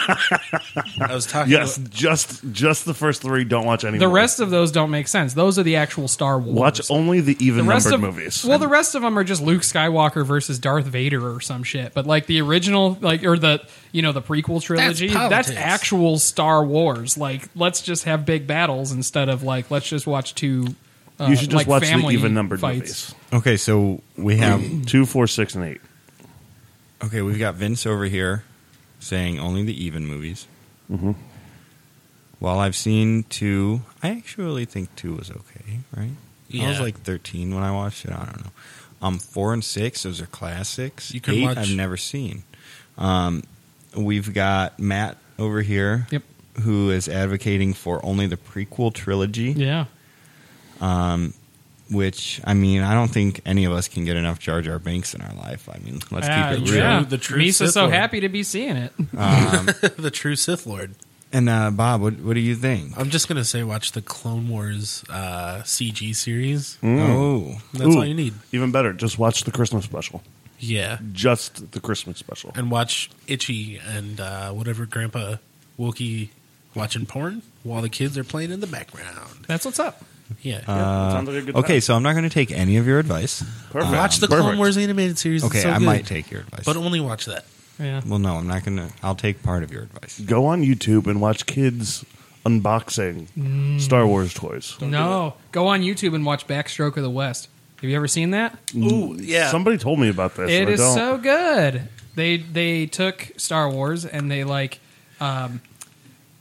B: I was talking.
C: Yes,
B: about-
C: just just the first three. Don't watch any.
D: The
C: more.
D: rest of those don't make sense. Those are the actual Star Wars.
C: Watch only the
D: the
C: even
D: rest
C: numbered
D: of
C: movies.
D: Well, the rest of them are just Luke Skywalker versus Darth Vader or some shit. But like the original, like or the you know the prequel trilogy, that's,
B: politics.
D: actual Star Wars. Like let's just have big battles instead of like let's just watch two. Uh,
C: you should just
D: like,
C: watch the
D: family
C: even numbered
D: fights.
A: Okay, so we have
C: movies. Two, four, six, and eight.
A: okay, we've got Vince over here saying only the even movies. Mm-hmm. While I've seen two, I actually think two was okay, right? I was
B: Yeah.
A: like thirteen when I watched it. I don't know. Um, four and six, those are classics.
B: You can
A: eight,
B: watch-
A: I've never seen. Um, we've got Matt over here,
D: Yep.
A: who is advocating for only the prequel trilogy.
D: Yeah,
A: which I mean, I don't think any of us can get enough Jar Jar Binks in our life. I mean, let's
D: Yeah,
A: keep it real.
D: Ah, yeah.
B: The true
D: Misa's
B: Sith
D: so
B: Lord.
D: happy to be seeing it.
B: the true Sith Lord.
A: And uh, Bob, what, what do you think?
B: I'm just gonna say, watch the Clone Wars uh, CG series.
C: Mm.
A: Oh,
B: That's
C: Ooh,
B: all you need.
C: Even better, just watch the Christmas special.
B: Yeah,
C: Just the Christmas special.
B: and watch Itchy and uh, whatever Grandpa Wookie watching porn while the kids are playing in the background.
D: That's what's up.
B: Yeah,
A: Uh,
C: Yeah, sounds like a good
A: okay.
C: time.
A: So I'm not going to take any of your advice.
C: Perfect.
B: watch the Clone
C: Perfect.
B: Wars animated series. It's
A: Okay,
B: so
A: I
B: good.
A: might take your advice,
B: but only watch that.
D: Yeah.
A: well, no, I'm not going to. I'll take part of your advice.
C: Go on YouTube and watch kids unboxing Star Wars toys.
D: no, go on YouTube and watch Backstroke of the West. Have you ever seen that?
B: Ooh, yeah.
C: Somebody told me about this.
D: It
C: and I
D: is
C: don't.
D: so good. They they took Star Wars and they like, um,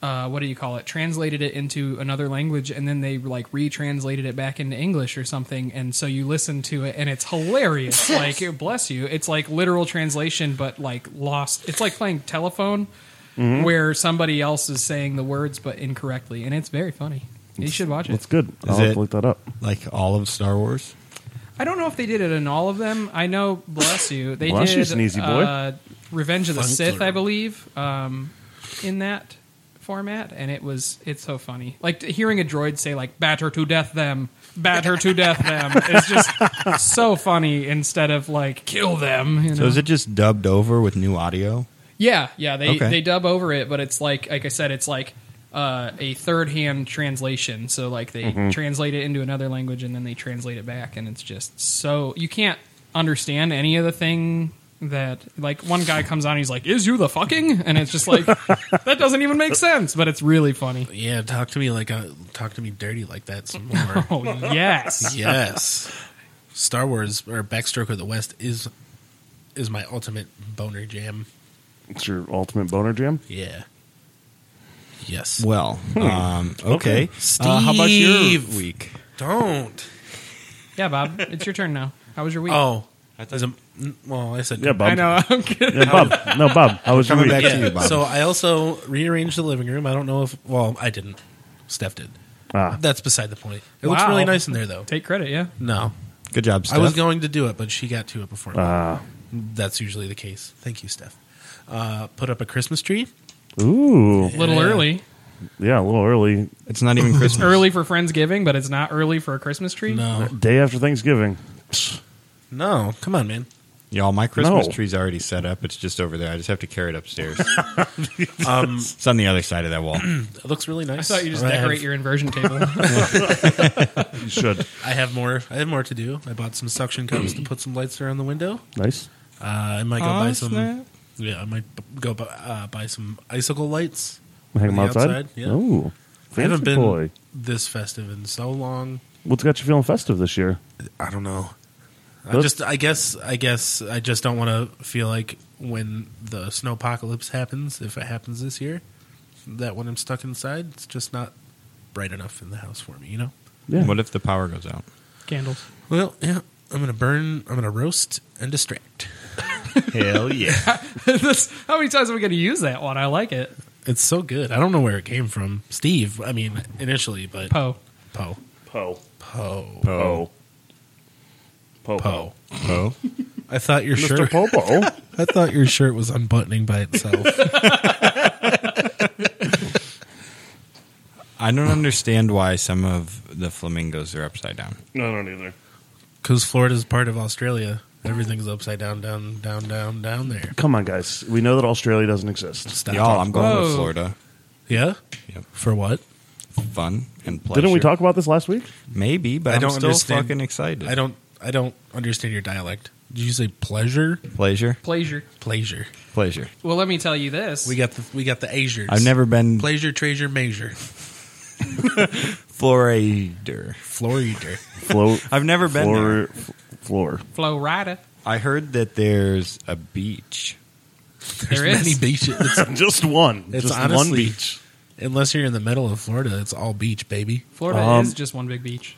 D: uh, what do you call it? Translated it into another language and then they like retranslated it back into English or something. And so you listen to it and it's hilarious. like, it- bless you. It's like literal translation, but like lost. It's like playing telephone.
C: Mm-hmm.
D: Where somebody else is saying the words but incorrectly, and it's very funny. You should watch it.
C: That's good. I'll
A: Is
C: have
A: it-
C: to look that up.
A: Like all of Star Wars.
D: I don't know if they did it in all of them. I know, bless you, they
C: Bless
D: did.
C: you, Sneezy Boy.
D: Uh, Revenge of the
B: Funkler.
D: Sith, I believe, um, in that format, and it was it's so funny. Like t- hearing a droid say like "batter to death them, batter to death them" is just so funny. Instead of like "kill them," you know?
A: So is it just dubbed over with new audio?
D: Yeah, yeah, they
A: Okay.
D: they dub over it, but it's like like I said, it's like uh, a third hand translation. So like they translate it into another language and then they translate it back, and it's just so you can't understand any of the thing that like one guy comes on, he's like, "Is you the fucking?" and it's just like that doesn't even make sense, but it's really funny.
B: Yeah, talk to me like uh, talk to me dirty like that some more.
D: Oh yes,
B: yes, Star Wars or Backstroke of the West is is my ultimate boner jam.
C: It's your ultimate boner jam.
B: Yeah. Yes.
A: Well,
C: Hmm.
A: um, okay. Uh, how about
B: Steve.
A: your week?
B: Don't.
D: yeah, Bob, it's your turn now. How was your week?
B: Oh, as a, n- well, I said
C: Yeah, Bob.
D: I know. I'm kidding.
C: Yeah, Bob. no, Bob. How was your
A: Coming
C: week?
A: back to you, Bob.
B: So I also rearranged the living room. I don't know if well, I didn't. Steph did.
C: Ah,
B: That's beside the point. It looks
D: Wow.
B: really nice in there, though.
D: Take credit, yeah.
B: No,
A: Good job, Steph.
B: I was going to do it, but she got to it before. me.
C: ah.
B: That's usually the case. Thank you, Steph. Uh, put up a Christmas tree.
C: Ooh.
D: A little
B: Yeah.
D: early.
C: Yeah, a little early.
A: It's not even Christmas.
D: Early for Friendsgiving, but it's not early for a Christmas tree.
B: No,
C: Day after Thanksgiving. Psst.
B: no, come on, man.
A: Y'all, my Christmas
C: No.
A: tree's already set up. It's just over there. I just have to carry it upstairs.
B: Um,
A: it's on the other side of that wall.
B: It looks really nice.
D: I thought you just
B: I
D: decorate
B: have,
D: your inversion table.
C: You should.
B: I have more. I have more to do. I bought some suction cups to put some lights around the window.
C: nice.
B: Uh, I might go
A: Aw,
B: buy some.
A: snap.
B: Yeah, I might b- go bu- uh, buy some icicle lights.
C: Hang
B: On
C: them
B: the
C: outside.
B: outside, yeah.
C: Ooh.
B: I haven't
C: Fancy
B: been
C: boy.
B: this festive in so long.
C: What's got you feeling festive this year?
B: I don't know. I just, I guess, I guess, I just don't want to feel like when the snow apocalypse happens, if it happens this year, that when I'm stuck inside, it's just not bright enough in the house for me. You know.
C: Yeah.
A: What if the power goes out?
D: Candles.
B: Well, yeah, I'm gonna burn, I'm gonna roast and distract.
A: Hell yeah.
D: That's- how many times are we going to use that one? I like it.
B: It's so good. I don't know where it came from, Steve. I mean, initially, but
D: Poe.
B: Poe,
C: Poe.
B: Poe,
A: Poe.
C: Poe.
B: Poe.
A: Poe.
B: I thought your
C: Mr.
B: shirt.
C: Popo.
B: I thought your shirt was unbuttoning by itself.
A: I don't understand why some of the flamingos are upside down.
C: no, I don't either.
B: Because Florida's part of Australia. Everything's upside down, down, down, down, down there.
C: Come on, guys. We know that Australia doesn't exist.
B: Stop.
A: Y'all, I'm going to
D: Whoa.
A: Florida.
B: Yeah?
A: Yep.
B: For what?
A: Fun and pleasure.
C: Didn't we talk about this last week?
A: Maybe, but
B: I
A: I
B: don't
A: am still
B: understand-
A: fucking excited.
B: I don't I don't understand your dialect. Did you say pleasure?
A: pleasure,
D: Pleasure.
B: Pleasure.
A: pleasure.
D: Well, let me tell you this.
B: We got the we got the Asiers.
A: I've never been
B: pleasure, treasure, measure.
A: Florida.
B: Florida.
C: Flow.
A: I've never been
C: floor,
A: there.
C: f- floor.
D: Flow Rida.
A: I heard that there's a beach.
B: There's
D: There is.
B: many beaches. It's-
C: Just one.
B: It's
C: Just one
B: honestly-
C: beach.
B: unless you're in the middle of Florida, it's all beach, baby.
D: Florida
C: Um,
D: is just one big beach.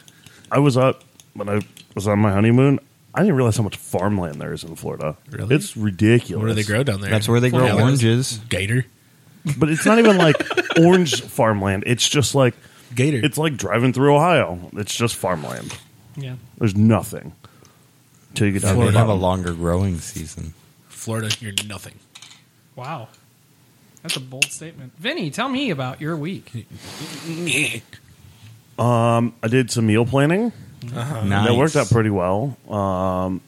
C: I was up when I was on my honeymoon. I didn't realize how much farmland there is in Florida.
B: Really?
C: It's ridiculous.
B: Where do they grow down there?
A: That's where they grow
B: Florida.
A: oranges.
B: Gator.
C: But it's not even like orange farmland. It's just like
B: Gator.
C: it's like driving through Ohio. It's just farmland.
D: Yeah.
C: There's nothing till you get down
A: They
C: to the
A: have a
C: bottom.
A: longer growing season.
B: Florida, you're nothing.
D: Wow. That's a bold statement. Vinny, tell me about your week.
C: I did some meal planning.
A: Nice.
C: That worked out pretty well. Um,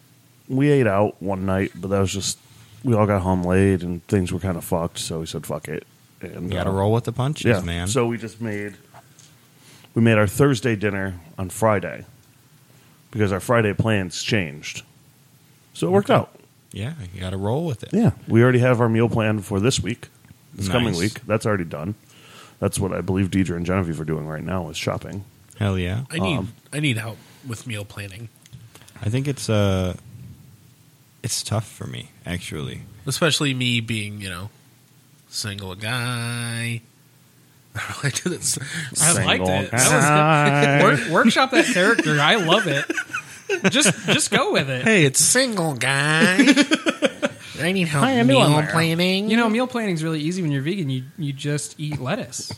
C: we ate out one night, but that was just we all got home late and things were kind of fucked. So we said fuck it. And
A: You got
C: uh,
A: to roll with the punches,
C: yeah.
A: man.
C: So we just made we made our Thursday dinner on Friday because our Friday plans changed. So it worked out.
A: yeah, you got to roll with it.
C: Yeah, we already have our meal plan for this week, this coming
A: Nice.
C: week. That's already done. That's what I believe Deidre and Genevieve are doing right now is shopping.
A: Hell yeah.
B: I need
C: Um,
B: I need help with meal planning.
A: I think it's uh it's tough for me actually.
B: especially me being you know single guy. I really did it.
D: I
C: Single
D: liked it.
C: guy.
D: That was good. Work, workshop that character. I love it. Just just go with it.
B: Hey, it's single guy. I need help
C: Hi, I'm
B: meal
C: doing there.
B: planning.
D: You know, meal planning's really easy when you're vegan. You you just eat lettuce,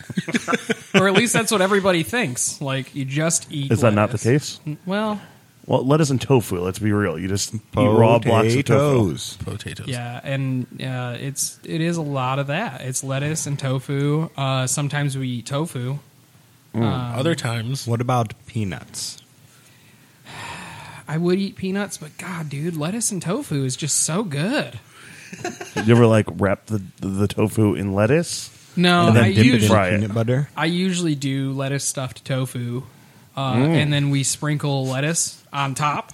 D: or at least that's what everybody thinks. Like you just eat.
C: Is that not the
D: lettuce.
C: case?
D: Well,
C: Well, lettuce and tofu. Let's be real. You just eat raw blocks of tofu.
A: Potatoes.
B: potatoes.
D: yeah, and uh, it's it is a lot of that. It's lettuce and tofu. Uh, sometimes we eat tofu. um,
B: Other times,
A: What about peanuts?
D: I would eat peanuts, but God, dude, lettuce and tofu is just so good.
C: You ever like wrap the, the, tofu in lettuce?
D: No,
A: and then
D: Oh, I
A: dip
D: usually
A: it in
C: Fry it.
A: peanut butter.
D: I usually do lettuce stuffed tofu, uh,
A: Mm.
D: and then we sprinkle lettuce on top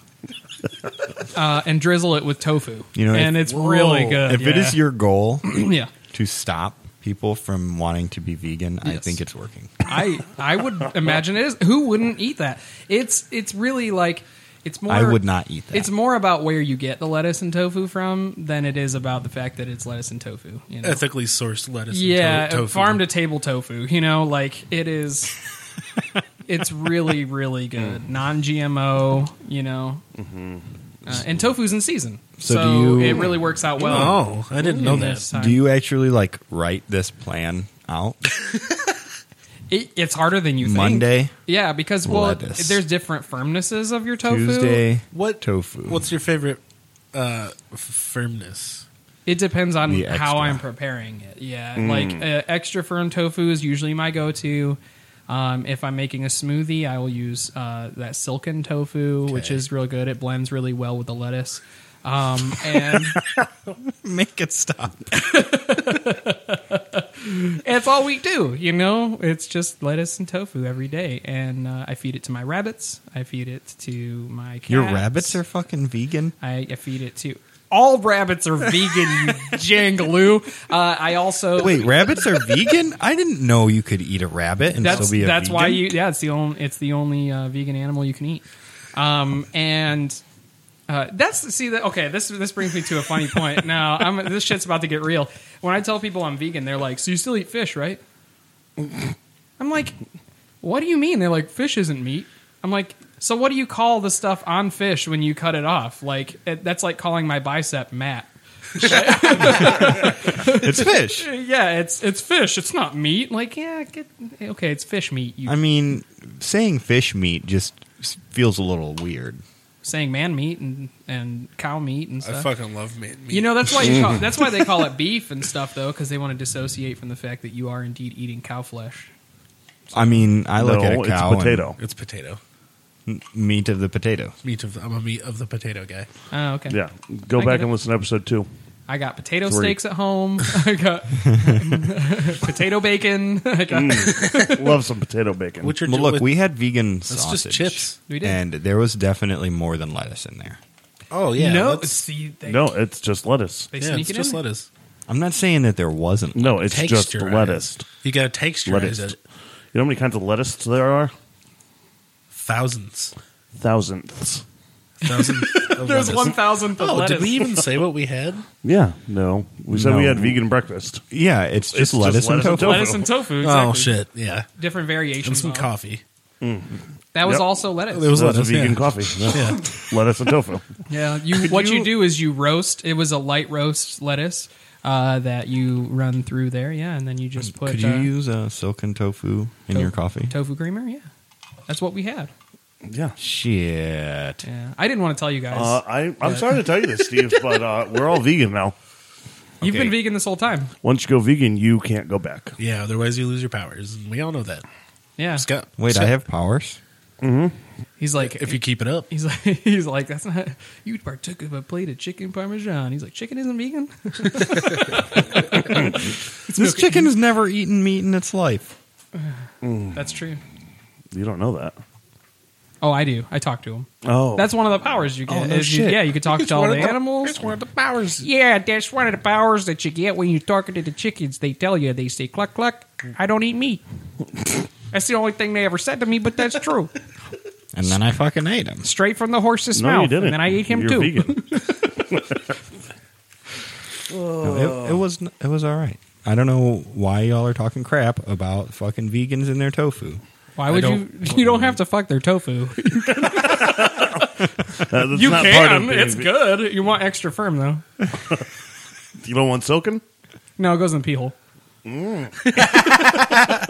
D: uh, and drizzle it with tofu.
A: You know, if-
D: and it's really
B: Whoa.
D: good.
A: If it
D: yeah.
A: is your goal
D: yeah,
A: to stop people from wanting to be vegan, I think it's working.
D: I I would imagine it is. Who wouldn't eat that? It's it's really like it's more.
A: I would not eat that.
D: It's more about where you get the lettuce and tofu from than it is about the fact that it's lettuce and tofu. You know?
B: ethically sourced lettuce.
D: yeah,
B: and to- tofu.
D: farm to table tofu. You know, like it is. it's really, really
A: Hmm.
D: good, non-GMO. You know, uh, and tofu's in season, so,
A: Mm-hmm. So do you-
D: it really works out well.
B: Oh, I didn't know
D: in
B: that.
D: this time.
A: Do you actually like write this plan out
D: It, it's harder than you think.
A: Monday,
D: yeah, because well,
A: Lettuce.
D: there's different firmnesses of your tofu.
A: Tuesday,
B: What
A: tofu?
B: What's your favorite uh, f- firmness?
D: It depends on
A: The
D: how
A: extra. Mm.
D: I'm preparing it. Yeah, like uh, extra firm tofu is usually my go-to. Um, if I'm making a smoothie, I will use uh, that silken tofu, which is real good. It blends really well with the lettuce. Um, and
A: make it stop?
D: it's all we do, you know. It's just lettuce and tofu every day, and uh, I feed it to my rabbits. I feed it to my cats.
A: Your rabbits are fucking vegan.
D: I, I feed it to all rabbits are vegan. you jangaloo. Uh, I also
A: Wait, rabbits are vegan? I didn't know you could eat a rabbit and
D: that's
A: still be a
D: that's why
A: vegan.
D: you yeah it's the only it's the only uh, vegan animal you can eat um and Uh, that's see that okay. This this brings me to a funny point. Now I'm this shit's about to get real. When I tell people I'm vegan, they're like, "So you still eat fish, right?" I'm like, "What do you mean?" They're like, "Fish isn't meat." I'm like, "So what do you call the stuff on fish when you cut it off?" Like it, that's like calling my bicep Matt.
A: It's fish.
D: Uh, Yeah, it's it's fish. It's not meat. Like yeah, get, okay, it's fish meat. You
A: I mean, saying fish meat just s- feels a little weird.
D: saying man meat and and cow meat and stuff.
H: I fucking love man meat.
D: You know that's why you call, that's why they call it beef and stuff though because they want to dissociate from the fact that you are indeed eating cow flesh.
A: I mean, I look
C: no,
A: at a cow
C: it's potato.
B: It's potato.
A: and meat of the potato.
B: Meat of I'm a meat of the potato guy.
D: Oh, okay.
C: Yeah, go
D: I get
C: back and
D: it.
C: listen to episode two.
D: I got potato
C: Three.
D: steaks at home. I got potato bacon. I got,
C: Love some potato bacon.
B: Which are
A: Well, look,
B: with-
A: we had vegan
B: just
A: sausage.
B: chips.
D: We did.
A: And there was definitely more than lettuce in there.
B: Oh yeah,
D: no,
B: let's-
D: it's the, they,
C: no, it's just lettuce.
D: they
B: yeah,
D: sneak
B: it's
D: it
B: just
D: in.
B: lettuce.
A: I'm not saying that there wasn't.
C: No, it's just
B: Texturized.
C: lettuce.
B: You got to texturize
C: Lettuce.
B: it.
C: You know how many kinds of lettuce there are?
B: Thousands,
C: Thousands.
B: thousands. Of
D: There's
B: lettuce.
D: one thousandth of
B: Oh,
D: lettuce.
B: did we even say what we had?
C: Yeah, no. We said we
A: No.
C: had vegan breakfast.
A: Yeah, it's just
C: It's just
A: lettuce, and
C: lettuce and
A: tofu.
C: tofu.
D: lettuce and tofu?
B: Oh
D: Exactly.
B: shit, yeah,
D: Different
B: and
D: variations.
B: some
D: on it.
B: coffee.
D: That was
C: Yep.
D: also lettuce.
B: There was
C: That was
B: lettuce,
C: vegan
B: yeah.
C: coffee. Yeah.
B: Yeah,
C: lettuce and tofu.
D: Yeah, you, what you,
C: you-
D: do is you roast. It was a light roast lettuce uh, that you run through there. Yeah, and then you just put
A: Could you
D: uh, Oh.
A: use uh, silken tofu in
D: to-
A: your coffee?
D: tofu creamer. Yeah, that's what we had.
C: Yeah.
A: Shit.
D: Yeah, I didn't want to tell you guys.
C: Uh, I, I'm sorry to tell you this, Steve, but uh, we're all vegan now.
D: You've
A: okay.
D: been vegan this whole time.
C: Once you go vegan, you can't go back.
B: yeah. Otherwise, you lose your powers, and we all know that.
D: Yeah,
B: Scott,
A: Wait,
B: Scott,
A: I have powers?
D: he's like
B: If you keep it up,
D: He's like, he's like, that's not. You partook of a plate of chicken parmesan. He's like, chicken isn't vegan.
A: This chicken has never eaten meat in its life.
D: That's true.
C: You don't know that.
D: Oh, I do. I talk to him.
C: Oh.
D: That's one of the powers you get.
A: no
D: is you-
A: shit.
D: yeah, you can talk to all the animals.
H: It's one of the powers.
D: Yeah, that's one of the powers that you get when you're talking to the chickens. They tell you, they say, cluck, cluck, I don't eat meat. That's the only thing they ever said to me, but that's true.
A: And then I fucking ate him.
D: Straight from the horse's
C: no,
D: mouth.
C: you didn't.
D: And then I ate him
C: You're
D: too.
C: vegan.
A: No, it, it
B: Oh.
A: was it was all right. I don't know why y'all are talking crap about fucking vegans and their tofu.
D: Why would you? You don't have to fuck their tofu.
C: Uh, that's
D: You
C: not part of
D: can.
C: being
D: It's
C: ve-
D: good. You want extra firm, though.
C: You don't want silken?
D: No, it goes in the pee hole.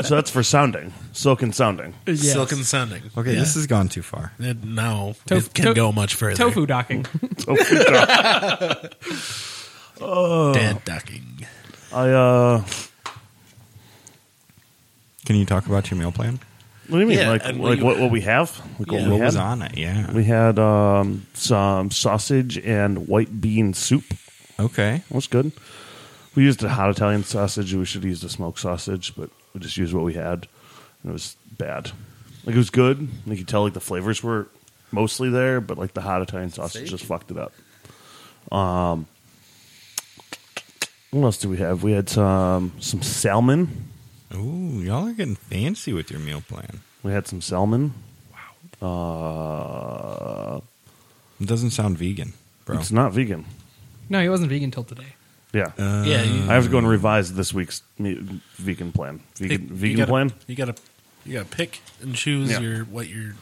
C: So that's for sounding. Silken sounding.
D: Yes.
B: silken sounding.
A: Okay,
B: Yeah.
A: this has gone too far.
B: It- no,
D: Tof-
B: it can
D: to-
B: go much further.
D: tofu docking.
C: Tofu talk.
D: Oh.
B: Dead ducking.
C: I, uh,
A: Can you talk about your meal plan?
C: what do you mean?
B: Yeah,
C: like
B: and
C: like
B: we-
C: what, what we have? Like
B: Yeah.
C: what we
A: What was
C: had?
A: on it? Yeah.
C: We had um, some sausage and white bean soup.
A: Okay.
C: That was good. We used a hot Italian sausage. We should have used a smoked sausage, but we just used what we had. And it was bad. Like, it was good. Like, you tell, like, the flavors were mostly there, but, like, the hot Italian sausage just fucked it up. Um, what else do we have? We had some some salmon.
A: Ooh, y'all are getting fancy with your meal plan.
C: We had some salmon. Uh,
A: It doesn't sound vegan, bro.
C: It's not vegan.
D: No, he wasn't vegan till today.
C: Yeah.
B: yeah, you,
C: I
A: Uh,
C: have to go and revise this week's me- vegan plan.
B: hey,
C: Vegan,
B: you
C: vegan
B: gotta-
C: plan?
B: You gotta, you gotta pick and choose
C: Yeah.
B: your what your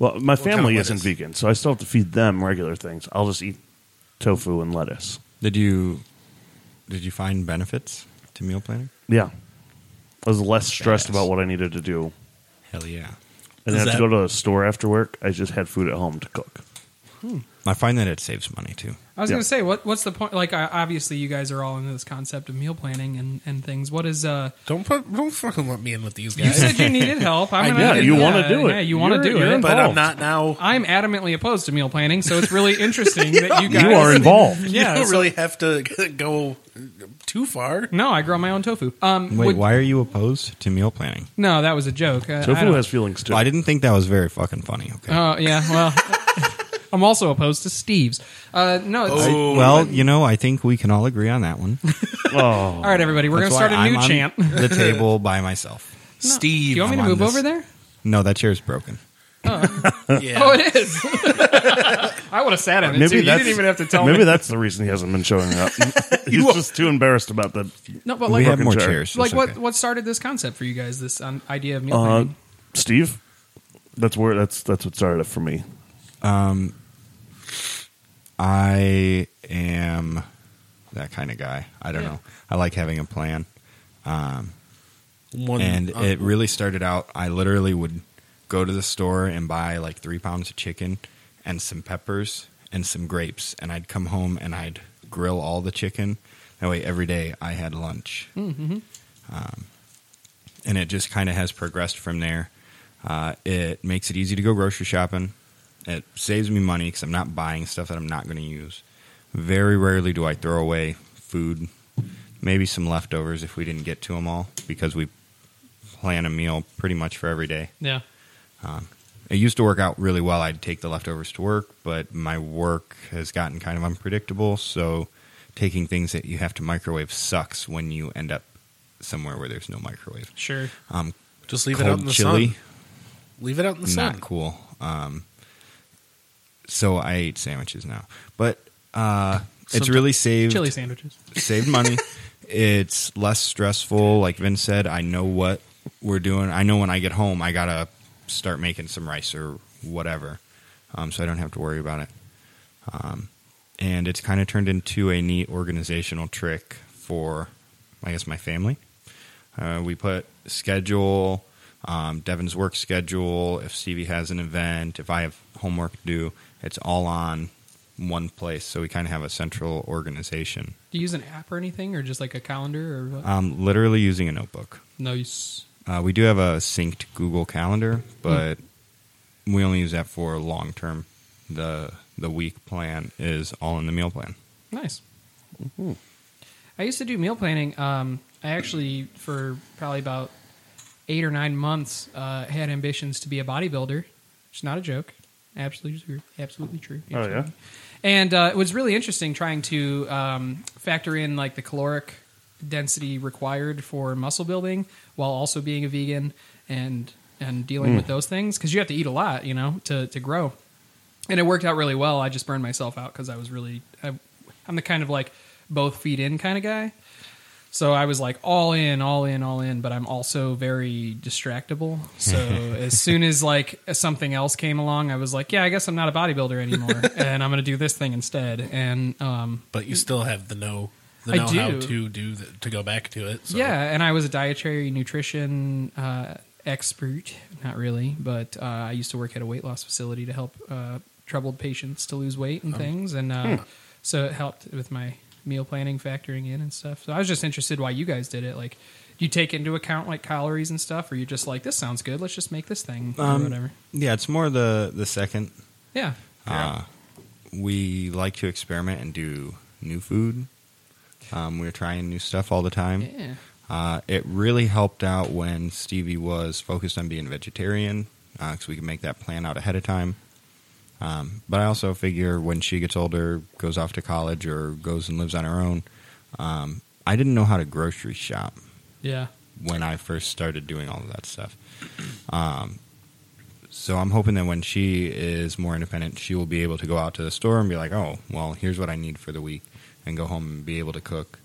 C: Well, my
B: kind
C: family
B: of
C: isn't
B: lettuce?
C: vegan, so I still have to feed them regular things. I'll just eat tofu and lettuce.
A: Did you did you find benefits to meal planning?
C: Yeah. I was less stressed
A: Badass.
C: about what I needed to do.
A: Hell yeah.
C: I didn't
B: Is
C: have
B: that-
C: to go to the store after work. I just had food at home to cook.
A: I find that it saves money too.
D: I was
C: Yeah.
D: gonna say, what what's the point? Like, I, obviously, you guys are all into this concept of meal planning and, and things. What is uh?
B: Don't put, don't fucking let me in with these guys.
D: You said you needed help. I'm
B: I
D: gonna
B: know,
D: get-
B: you
C: wanna do it.
D: Yeah, you want to
C: You're-
D: do
C: you're
D: it.
C: involved.
B: but I'm not now.
D: I'm adamantly opposed to meal planning, so it's really interesting that you guys
C: You are involved.
D: Yeah,
B: you don't
D: so-
B: really have to go too far.
D: No, I grow my own tofu. Um,
A: Wait,
D: would-
A: why are you opposed to meal planning?
D: No, that was a joke. I, I
C: Tofu
D: don't-
C: has feelings too.
A: I didn't think that was very fucking funny. Okay.
D: Oh yeah, well, I'm also opposed to Steve's. Uh, no, it's,
A: I-
B: Oh,
A: well, you know, I think we can all agree on that one.
C: Oh,
D: all right, everybody, we're
A: That's
D: gonna start
A: why
D: a new
A: I'm on
D: chant.
A: the table by myself.
D: Do
B: Steve,
D: you want me to
A: I'm on
D: move Oh,
A: this.
D: over there?
A: No, that chair's broken.
B: yeah.
D: Oh, it is. I would have sat in it.
C: Maybe
D: too. You
C: that's,
D: didn't even have to tell
C: maybe
D: me.
C: that's the reason he hasn't been showing up. He's just too embarrassed about the
D: no, but
A: we
D: like,
A: have
C: fucking
A: more
C: chair.
A: chairs.
D: like
A: It's
D: what
A: okay.
D: what started this concept for you guys? This um, idea of meal
C: Uh,
D: planning?
C: Steve. That's where that's that's what started it for me.
A: Um, I am that kind of guy. I don't
D: Yeah.
A: know. I like having a plan. Um,
B: One
A: and
B: uh,
A: it really started out. I literally would go to the store and buy like three pounds of chicken and some peppers and some grapes, and I'd come home and I'd grill all the chicken. That way, every day I had lunch, mm-hmm. um, and it just kind of has progressed from there. Uh, it makes it easy to go grocery shopping. It saves me money because I'm not buying stuff that I'm not going to use. Very rarely do I throw away food. Maybe some leftovers if we didn't get to them all because we plan a meal pretty much for every day.
D: Yeah,
A: It used to work out really well. I'd take the leftovers to work, but my work has gotten kind of unpredictable. So taking things that you have to microwave sucks when you end up somewhere where there's no microwave.
D: sure.
A: Um,
B: just leave it
A: cold
B: out in the
A: chili,
B: sun. Leave it out in the
A: not
B: sun.
A: cool. Um, so I ate sandwiches now, but uh, it's
D: Sometime-
A: really saved
D: Chili sandwiches.
A: save money. it's less stressful. Like Vin said, I know what we're doing. I know when I get home, I gotta start making some rice or whatever, um, so I don't have to worry about it. Um, and it's kind of turned into a neat organizational trick for, I guess, my family. Uh, we put schedule, um, Devin's work schedule. If Stevie has an event, if I have homework due, it's all on one place. So we kind of have a central organization.
D: Do you use an app or anything, or just like a calendar or what?
A: Um, literally using a notebook.
D: no? You s-
A: Uh, we do have a synced Google Calendar, but we only use that for long term. the The week plan is all in the meal plan.
D: Nice.
C: Mm-hmm.
D: I used to do meal planning. Um, I actually, for probably about eight or nine months, uh, had ambitions to be a bodybuilder. Which is not a joke. Absolutely true. Absolutely true.
C: Oh, yeah?
D: Absolutely. And uh, it was really interesting trying to um, factor in like the caloric density required for muscle building while also being a vegan and and
C: Hmm.
D: dealing with those things because you have to eat a lot, you know, to to grow and it worked out really well. I just burned myself out because I was really, I, I'm the kind of like both feet in kind of guy. So I was like all in, all in, all in, but I'm also very distractible. So as soon as like something else came along, I was like, yeah, I guess I'm not a bodybuilder anymore, and I'm gonna do this thing instead. And um,
B: But you still have the know, the
D: I
B: know how
D: do.
B: to do the, to go back to it. So.
D: Yeah, and I was a dietary nutrition uh, expert. Not really, but uh, I used to work at a weight loss facility to help uh, troubled patients to lose weight and things, and uh, so it helped with my meal planning, factoring in and stuff. So I was just interested why you guys did it. Like, do you take into account like calories and stuff, or you just like this sounds good? Let's just make this thing or whatever.
A: Yeah, it's more the the second.
D: Yeah.
A: Uh, we like to experiment and do new food. Um, we're trying new stuff all the time.
D: yeah.
A: Uh, it really helped out when Stevie was focused on being vegetarian because we could make that plan out ahead of time. Um, but I also figure when she gets older, goes off to college, or goes and lives on her own, um, I didn't know how to grocery shop
D: Yeah.
A: when I first started doing all of that stuff. Um, so I'm hoping that when she is more independent, she will be able to go out to the store and be like, "Oh, well, here's what I need for the week," and go home and be able to cook.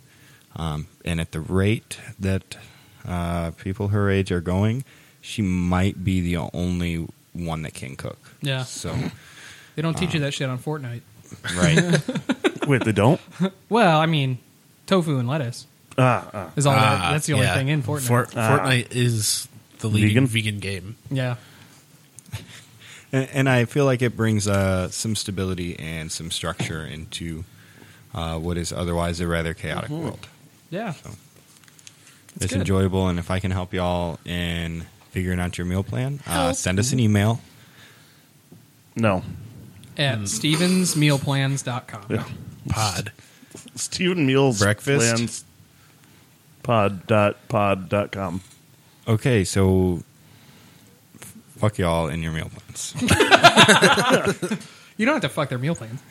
A: Um, and at the rate that uh, people her age are going, she might be the only one that can cook.
D: Yeah.
A: So,
D: They don't teach you that shit on Fortnite.
A: right.
C: Wait, they don't?
D: Well, I mean, tofu and lettuce
C: Ah, ah.
D: is all.
B: Ah,
D: that, that's the only
B: yeah.
D: thing in Fortnite.
B: Fort- Uh, Fortnite is the leading
C: Vegan?
B: vegan game.
D: yeah.
A: and, and I feel like it brings uh, some stability and some structure into uh, what is otherwise a rather chaotic world.
D: Yeah.
A: It's,
D: good.
A: enjoyable, and if I can help y'all in figuring out your meal plan, uh, send us an email.
C: No.
D: at stevensmealplans.com.
C: Yeah.
B: Pod.
C: Steven Mules
A: Breakfast?
C: plans pod dot pod dot com.
A: Okay, so f- fuck y'all in your meal plans.
D: You don't have to fuck their meal plans.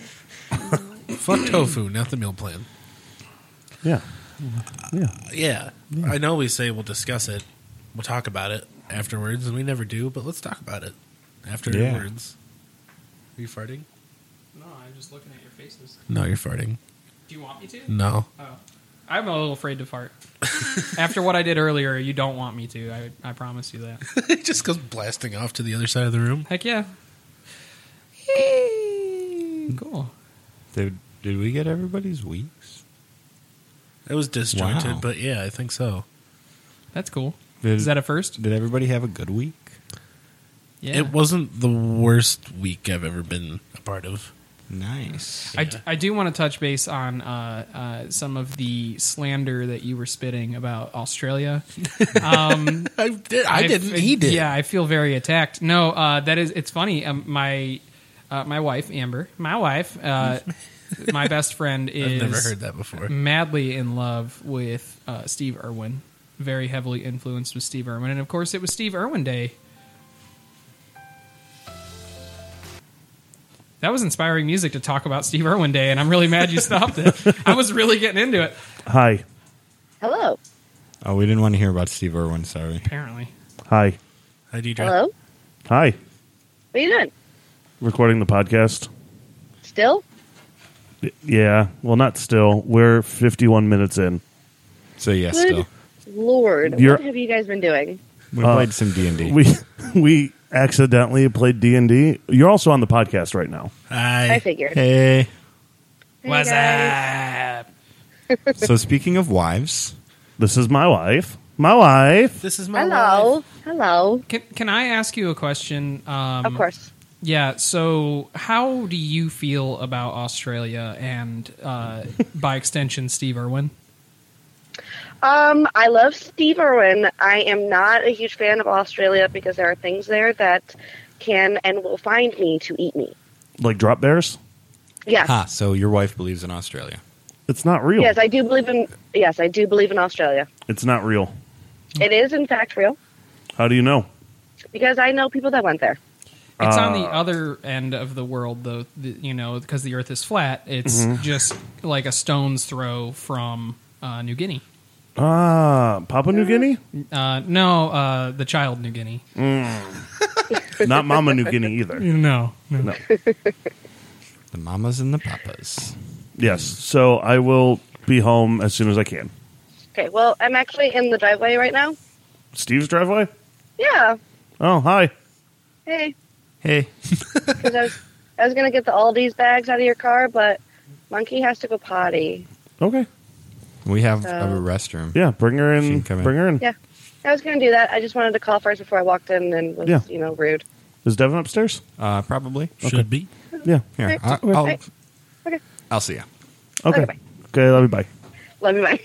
B: Fuck tofu, not the meal plan.
C: Yeah. Yeah.
B: Yeah. I know we say we'll discuss it, we'll talk about it afterwards, and we never do, but let's talk about it afterwards. Are you farting?
D: No, I'm just looking at your faces.
B: No, you're farting.
D: Do you want me to?
B: No.
D: Oh. I'm a little afraid to fart. After what I did earlier, you don't want me to. I, I promise you that.
B: it just goes blasting off to the other side of the room.
D: Heck yeah. Cool.
A: Did, did we get everybody's weeks?
B: It was disjointed,
A: Wow.
B: but yeah, I think so.
D: That's cool.
A: Did,
D: Is that a first?
A: did everybody have a good week?
D: Yeah.
B: It wasn't the worst week I've ever been a part of.
A: Nice.
D: I, d- I do want to touch base on uh, uh, some of the slander that you were spitting about Australia.
B: I did. I,
D: I've-
B: didn't. He did.
D: Yeah, I feel very attacked. No, uh, that is. It's funny. Um, my uh, my wife Amber, my wife, uh, my best friend
B: I've
D: is
B: never heard that before.
D: Mm. madly in love with uh, Steve Irwin. Very heavily influenced with Steve Irwin, and of course, it was Steve Irwin Day. That was inspiring music to talk about Steve Irwin Day, and I'm really mad you stopped it. I was really getting into it.
C: Hi.
H: Hello.
A: Oh, we didn't want to hear about Steve Irwin. Sorry.
D: Apparently,
C: Hi.
B: Hi, Deidre.
H: Hello.
C: Hi.
H: What are you doing?
C: Recording the podcast.
H: Still?
C: Y- Yeah. Well, not still. We're 51 minutes in.
A: So yes,
H: Good.
A: still
H: Lord,
C: You're-
H: what have you guys been doing?
A: we
C: Uh,
A: played some D and D.
C: We we accidentally played D&D. You're also on the podcast right now.
H: I
B: Hi.
H: figured.
A: Hey.
H: Hey,
D: was
H: guys.
D: up?
A: So speaking of wives,
C: This is my wife. My wife.
B: This is my
H: Hello.
B: wife.
H: Hello.
D: Can, can I ask you a question? Um,
H: Of course.
D: Yeah. So, how do you feel about Australia and, uh, by extension, Steve Irwin?
H: Um, I love Steve Irwin. I am not a huge fan of Australia because there are things there that can and will find me to eat me.
C: Like drop bears?
H: Yes.
A: ah, so your wife believes in Australia.
C: It's not real.
H: Yes, I do believe in yes, I do believe in Australia.
C: it's not real.
H: It is in fact real
C: How do you know?
H: because I know people that went there.
D: It's on the
C: Uh.
D: other end of the world, though. The, you know, because the Earth is flat. It's
C: Mm-hmm.
D: just like a stone's throw from uh, New Guinea.
C: Ah, Papua New Guinea?
D: Uh, no, uh, the child New Guinea.
C: Not Mama New Guinea either.
D: No,
C: No.
A: The mamas and the papas.
C: Yes. So I will be home as soon as I can.
H: Okay, well, I'm actually in the driveway right now.
C: Steve's driveway?
H: Yeah.
C: Oh, hi.
H: Hey,
A: Hey.
H: because I was I was gonna get the Aldi's bags out of your car, but Monkey has to go potty.
C: Okay.
A: We have a
H: So-
A: restroom.
C: Yeah, bring her
A: She
C: in.
A: can come
C: Bring
A: in.
C: her in.
H: Yeah. I was gonna do that. I just wanted to call first before I walked in and was
C: Yeah.
H: you know rude.
C: Is Devin upstairs?
A: Uh, probably.
B: Should be.
C: Yeah.
A: Here,
H: Okay.
A: I, I'll,
H: Okay. Okay.
A: I'll see ya.
C: Okay.
H: Okay, bye.
C: Okay, love you. Bye.
H: Love you, bye.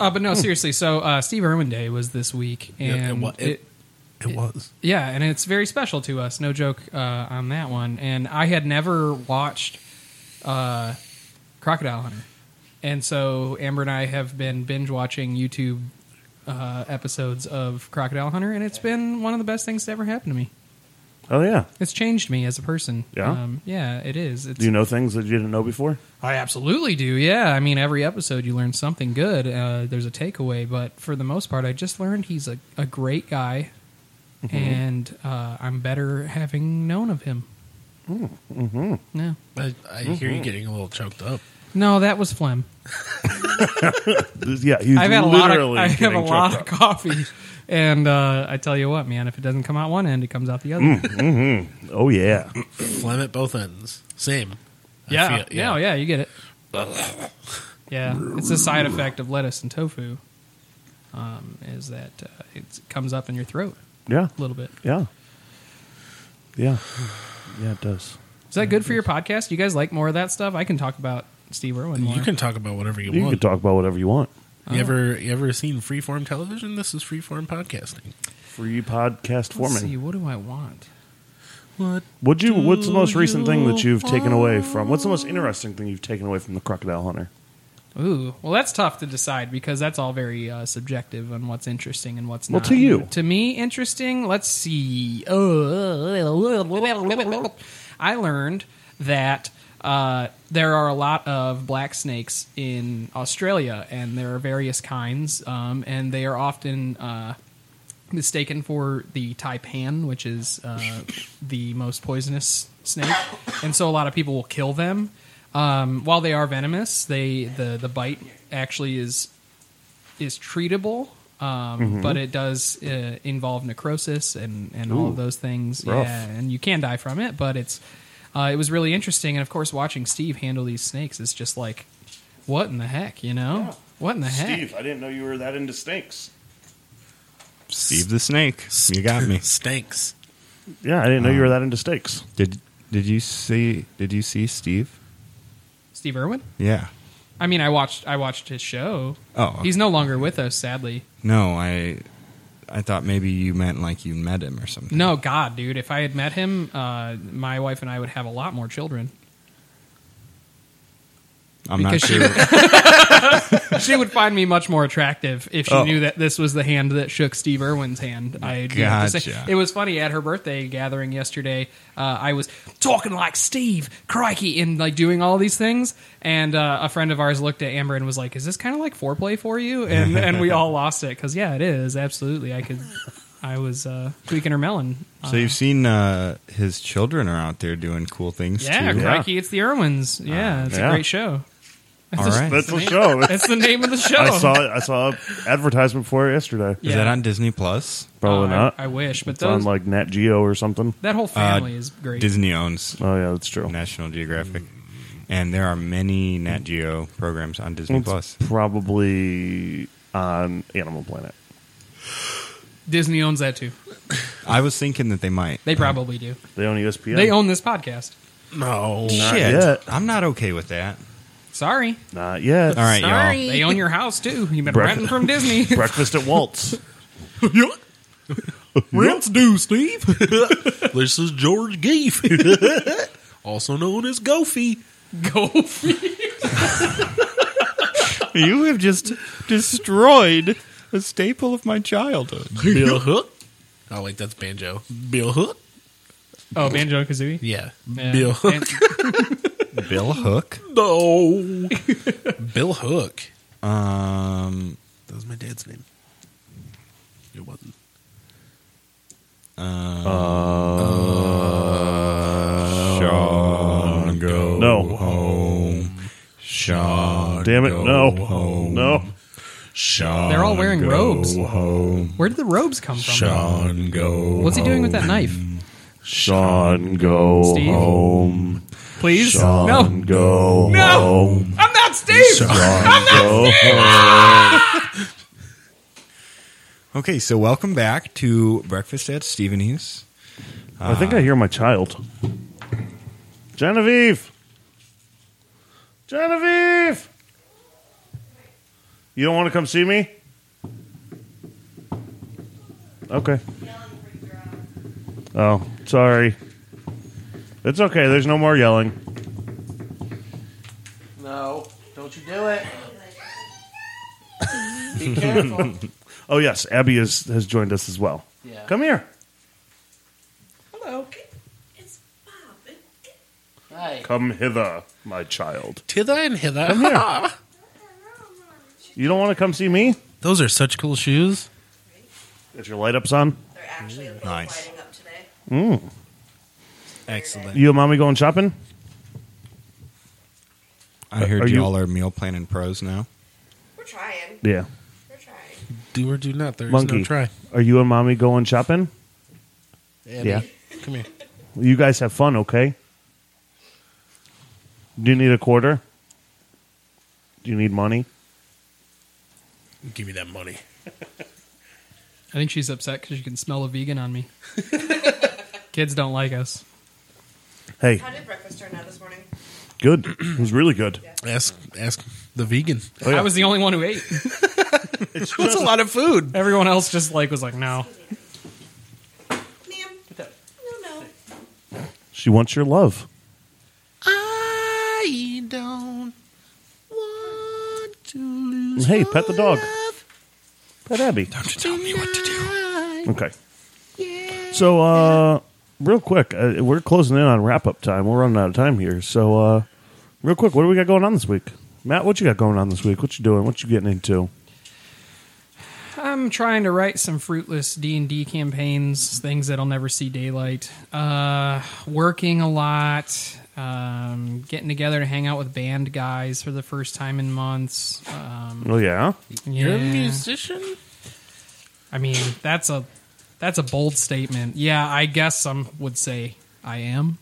D: uh, but no, seriously. So uh, Steve Irwin Day was this week,
B: Yeah, it
D: and
B: wa- it-
D: it,
B: It was.
D: Yeah, and it's very special to us. No joke uh, on that one. And I had never watched uh, Crocodile Hunter, and so Amber and I have been binge watching YouTube uh, episodes of Crocodile Hunter, and it's been one of the best things to ever happen to me.
C: Oh, yeah.
D: It's changed me as a person.
C: Yeah?
D: um, yeah, it is. It's,
C: Do you know things that you didn't know before?
D: I absolutely do. Yeah, I mean, every episode you learn something good. Uh, there's a takeaway, but for the most part, I just learned he's a, a great guy,
C: Mm-hmm.
D: and uh, I'm better having known of him.
C: Mm,
D: Mm-hmm. No,
B: I, I hear you getting a little choked up.
D: no, that was phlegm.
C: Yeah, he's
D: I've had a lot of
C: literally
D: I have
C: getting
D: a lot of
C: choked up.
D: coffee, and uh, I tell you what, man, if it doesn't come out one end, it comes out the other.
C: Mm. Oh, yeah.
B: Phlegm at both ends. Same. I
D: Yeah,
B: feel-
D: yeah, yeah, you get it. yeah, it's a side effect of lettuce and tofu. Um, is that uh, it's- it comes up in your throat
C: Yeah.
D: a little bit?
C: Yeah. Yeah. Yeah, it does.
D: Is that good for your podcast? You guys like more of that stuff? I can talk about Steve Irwin. More.
B: You can talk about whatever you,
C: You can
B: want.
C: talk about whatever you want.
B: You ever you ever seen freeform television? This is freeform podcasting.
C: Free podcast
D: Let's see.
C: forming.
D: What do I want?
B: What?
C: Would you? What's the most
B: Do
C: recent thing that
B: you
C: you've taken away from? What's the most interesting thing you've taken away from the Crocodile Hunter?
D: Ooh, well, that's tough to decide because that's all very uh, subjective on what's interesting and what's
C: Well,
D: not.
C: to you.
D: to me, interesting. Let's see. Oh, I learned that uh, there are a lot of black snakes in Australia, and there are various kinds, um, and they are often uh, mistaken for the taipan, which is uh, the most poisonous snake, and so a lot of people will kill them. Um, while they are venomous, they the the bite actually is is treatable, um,
C: Mm-hmm.
D: but it does uh, involve necrosis and and all of those things.
C: rough.
D: Yeah, and you can die from it, but it's uh, it was really interesting. And of course, watching Steve handle these snakes is just like, what in the heck, you know? What in the heck?
C: Steve, I didn't know you were that into snakes.
A: Steve the Snake. You got me.
B: Stinks.
C: Yeah, I didn't
A: Uh-huh.
C: know you were that into steaks.
A: Did did you see did you see Steve?
D: Steve Irwin.
A: Yeah.
D: I mean, I watched I watched his show.
A: Oh.
D: He's no longer with us, sadly.
A: no, I I thought maybe you meant like you met him or something.
D: No, God, dude, if I had met him, uh, my wife and I would have a lot more children.
A: I'm not
D: because she-
A: sure.
D: She would find me much more attractive if she
A: Oh.
D: knew that this was the hand that shook Steve Irwin's hand. I do have to say-
A: Gotcha.
D: it was funny at her birthday gathering yesterday. Uh, I was talking like Steve, crikey, and like doing all these things. And uh, a friend of ours looked at Amber and was like, "Is this kind of like foreplay for you?" And and we all lost it because yeah, it is absolutely. I could, I was uh, tweaking her melon.
A: so you've seen uh, his children are out there doing cool things
D: Yeah,
A: too.
D: crikey, it's the Irwins. Yeah, it's
C: yeah.
D: a great show.
A: All right.
C: That's the show.
D: That's the name of the show.
C: I saw I saw advertisement for it yesterday.
A: Is that on Disney Plus?
C: Probably
D: Oh, I-
C: not.
D: I, wish, but
C: it's on
D: those
C: like uh, Nat Geo or something.
D: that whole family is great.
A: Disney owns
C: Oh yeah, that's true.
A: National Geographic, and there are many Nat Geo programs on Disney
C: It's
A: Plus.
C: probably on Animal Planet.
D: Disney owns that too.
A: I was thinking that they might.
D: They probably do.
C: They own E ESPN.
D: They own this podcast.
B: No.
C: Not
A: Shit,
C: yet.
A: I'm not okay with that.
D: Sorry,
C: Not yet.
A: All right, y'all.
D: they own your house too. You've been
C: Breakfast-
D: renting from Disney.
C: Breakfast at Walt's.
B: Rent's due, Steve. this is George Geef, also known as Goofy.
D: Go.
A: You have just destroyed a staple of my childhood.
B: Bill Hook. Oh, wait, that's banjo. Bill Hook.
D: Oh, Banjo Kazooie.
B: Yeah,
D: Yeah.
B: Bill Hook.
D: And-
A: Bill Hook.
B: No, Bill Hook.
A: Um,
B: That was my dad's name. It wasn't.
A: Sean, go
C: No.
A: home. Oh, Sean,
C: Damn it.
A: go
C: No.
A: home.
C: No.
A: Sean,
D: They're all wearing
A: go
D: robes.
A: Home.
D: Where did the robes come from?
A: Sean, go.
D: What's he doing with that knife?
C: Sean, go
D: Steve?
C: home.
D: Please,
C: Sean,
D: no,
C: go
D: no,
C: home.
D: I'm not Steve.
C: Sean, go
A: Okay, so welcome back to Breakfast at Stephenie's.
C: I think I hear my child. Genevieve. Genevieve. You don't want to come see me? Okay. Oh, sorry. It's okay. There's no more yelling.
I: No, don't you do it. Be careful.
C: Oh, yes. Abby is, has joined us as well.
I: Yeah.
C: Come here.
I: Hello.
J: It's Bob. It- it-
I: Hi.
C: Come hither, my child.
B: Tither and hither.
C: You don't want to come see me?
B: Those are such cool shoes.
C: Is your light ups on?
J: They're actually a little
A: Nice.
J: lighting up today.
A: Excellent.
C: You and mommy going shopping?
A: I heard
C: Are you-
A: y'all Uh, are meal planning pros now.
J: We're trying.
C: Yeah.
J: We're trying.
B: Do or do not. There is
C: Monkey.
B: no try.
C: Are you and mommy going shopping?
B: Abby,
C: Yeah.
B: Come here.
C: You guys have fun, okay? Do you need a quarter? Do you need money?
B: Give me that money.
D: I think she's upset because you can smell a vegan on me. Kids don't like us.
C: Hey,
J: How did breakfast turn out this morning?
C: good. It was really good.
B: Ask ask the vegan.
C: Oh, yeah.
D: I was the only one who ate.
B: That's a lot of food.
D: Everyone else just like was like, no.
J: Ma'am. No, no.
C: She wants your love.
B: I don't want to lose.
C: Hey, pet the dog. Pet Abby.
B: Don't you tell me what to do.
C: Okay. So, uh, real quick, uh, we're closing in on wrap up time. We're running out of time here. So, uh, real quick, what do we got going on this week? Matt, what you got going on this week? What you doing? What you getting into?
D: I'm I'm trying to write some fruitless D and D campaigns, things that'll never see daylight. Uh, working a lot, um, getting together to hang out with band guys for the first time in months. Um,
C: Oh yeah,
D: You're a musician. I mean, that's a that's a bold statement. Yeah, I guess some would say I am.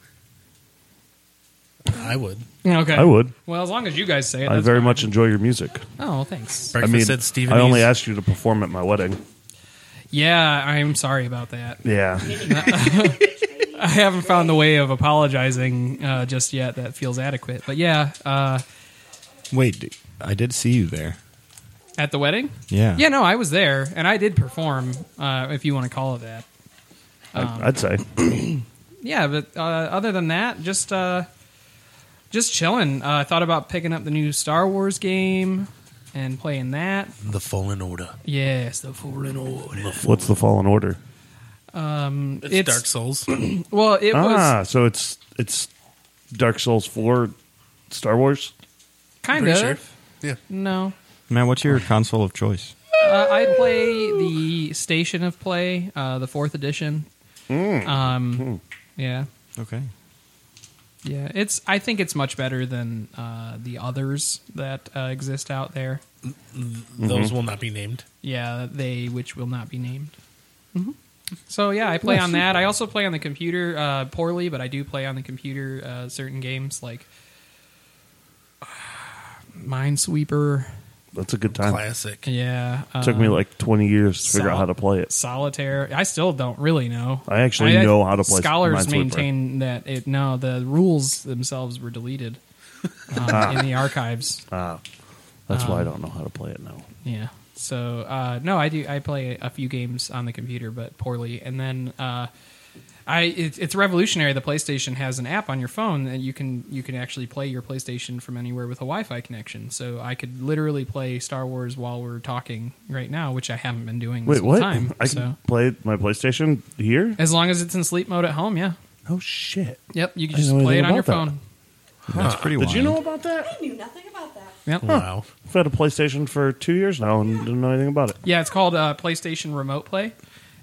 B: I would.
D: Okay,
C: I would.
D: Well, as long as you guys say it,
C: I
D: that's
C: very
D: fine.
C: much enjoy your music.
D: Oh, well, thanks.
B: Breakfast
C: I mean,
B: at Stephen
C: I only
B: E's.
C: asked you to perform at my wedding.
D: Yeah, I'm sorry about that.
C: Yeah,
D: I haven't found the way of apologizing uh, just yet that feels adequate. But yeah, uh,
A: Wait, d- I did see you there.
D: at the wedding,
A: Yeah.
D: yeah, no, I was there and I did perform, uh, if you want to call it that.
B: Um.
C: I, I'd say.
D: yeah, but uh, other than that, just uh, just chilling. Uh, I thought about picking up the new Star Wars game and playing that.
B: The Fallen Order.
D: Yes, the Fallen Order.
C: What's the fallen order?
D: Um,
B: It's, Dark Souls.
D: Well, it was
C: Ah, so it's it's Dark Souls Four, Star Wars.
D: kind
B: Pretty
D: of.
B: sure. Yeah.
D: No,
A: Matt, what's your console of choice?
D: uh, I play the Station of Play, uh, the fourth edition. Um, yeah,
A: Okay.
D: yeah. It's. I think it's much better than uh, the others that uh, exist out there. Mm-hmm.
B: Those will not be named.
D: Yeah, they which will not be named. So yeah, I play on that. I also play on the computer uh, poorly, but I do play on the computer uh, certain games like Minesweeper.
C: That's a good time.
B: Classic.
D: Yeah, uh,
C: took me like twenty years to figure out
D: Sol-
C: how to play it.
D: Solitaire. I still don't really know.
C: I actually know how to play
D: Scholars
C: Minesweeper.
D: maintain that it no, the rules themselves were deleted um, in the archives.
C: That's why I don't know how to play it now.
D: Yeah. So uh, no, I do. I play a few games on the computer, but poorly. And then uh, I, it, it's revolutionary. The PlayStation has an app on your phone that you can you can actually play your PlayStation from anywhere with a Wi-Fi connection. So I could literally play Star Wars while we're talking right now, which I haven't been doing this
C: Wait,
D: whole
C: what?
D: time.
C: I can
D: so
C: play my PlayStation here?
D: as long as it's in sleep mode at home, yeah.
C: Oh shit!
D: Yep, you can
C: I didn't
D: just
C: know
D: play it
C: anything
D: on your
C: about that.
D: phone.
A: That's pretty
C: Did
A: wild.
C: you know about that?
J: I knew nothing about that.
D: Yep.
B: Wow.
C: I've had a PlayStation for two years now and didn't know anything about it.
D: Yeah, it's called uh, PlayStation Remote Play,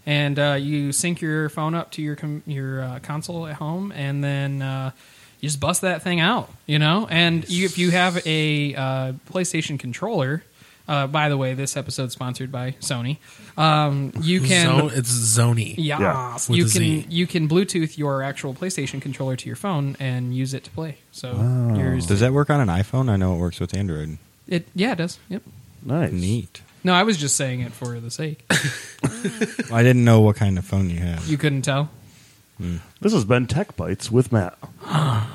D: and uh, you sync your phone up to your com- your uh, console at home, and then uh, you just bust that thing out, you know. And you, if you have a uh, PlayStation controller, uh, by the way, this episode's sponsored by Sony. Um, you can
B: Zone, it's Zony.
D: yeah,
C: Yeah.
B: With
D: you
B: a
D: can
B: Z.
D: you can Bluetooth your actual PlayStation controller to your phone and use it to play. So yours,
A: Does that work on an iPhone? I know it works with Android.
D: it yeah it does. Yep.
C: Nice.
A: Neat.
D: No, I was just saying it for the sake.
A: I didn't know what kind of phone you have.
D: You couldn't tell.
C: This has been Tech Bites with Matt.
A: I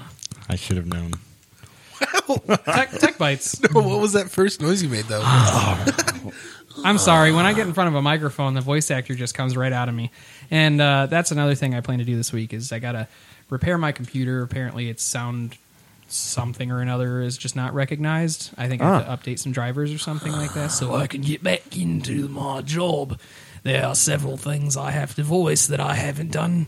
A: should have known.
D: Tech, tech bites.
B: what was that first noise you made though?
D: I'm sorry. When I get in front of a microphone, the voice actor just comes right out of me, and uh, that's another thing I plan to do this week is I gotta repair my computer. Apparently, its sound something or another is just not recognized. I think I
C: Ah.
D: have to update some drivers or something like that so I can get back into my job. There are several things I have to voice that I haven't done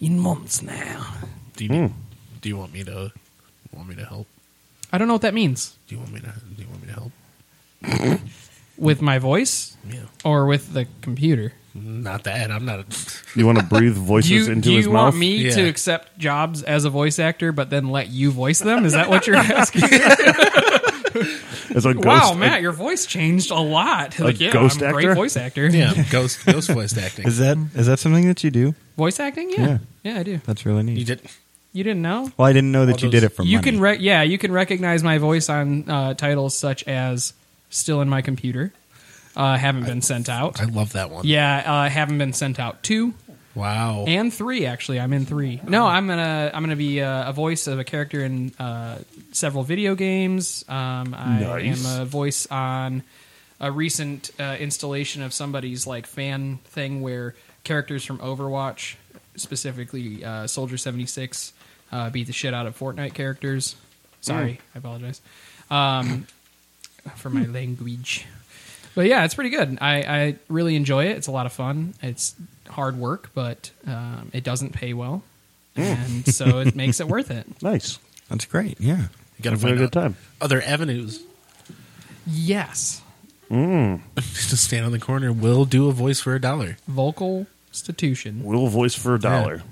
D: in months now. Hmm.
B: do you need, do you want me to want me to help?
D: I don't know what that means
B: Do you want me to do you want me to help?
D: with my voice
B: Yeah.
D: or with the computer.
B: Not that. I'm not
C: You want to breathe voices
D: Do you,
C: into
D: do
C: his
D: you
C: mouth?
D: want me
B: Yeah.
D: to accept jobs as a voice actor, but then let you voice them? Is that what you're asking?
C: As a ghost,
D: wow, Matt, your voice changed a lot. Like, yeah,
C: ghost
D: I'm a
C: actor?
D: great voice actor.
B: Yeah, ghost ghost voice acting.
A: Is that is that something that you do?
D: voice acting. Yeah.
A: Yeah.
D: yeah, I do.
A: That's really neat.
B: You did
D: You didn't know?
A: well, I didn't know that
B: All
A: you did
B: those-
A: it for
D: you
A: money.
D: can, rec yeah, you can recognize my voice on uh, titles such as "Still in My Computer," uh, "Haven't Been Sent Out,"
B: I love that one.
D: yeah, uh, "Haven't Been Sent Out Two,
B: Wow.
D: and three actually i'm in three no i'm gonna i'm gonna be uh, a voice of a character in uh, several video games um, i
C: Nice.
D: am a voice on a recent uh, installation of somebody's like fan thing where characters from overwatch specifically uh, soldier 76 uh, beat the shit out of fortnite characters sorry i apologize um, for my language but yeah, it's pretty good. I, I really enjoy it. It's a lot of fun. It's hard work, but um, it doesn't pay well, and so it makes it worth it.
C: Nice.
A: That's great. Yeah.
B: You gotta
C: Have a
B: find
C: good
B: out
C: time.
B: other avenues.
D: Yes,
B: Just stand on the corner. We'll do a voice for a dollar.
D: Vocal institution.
C: Will voice for a dollar.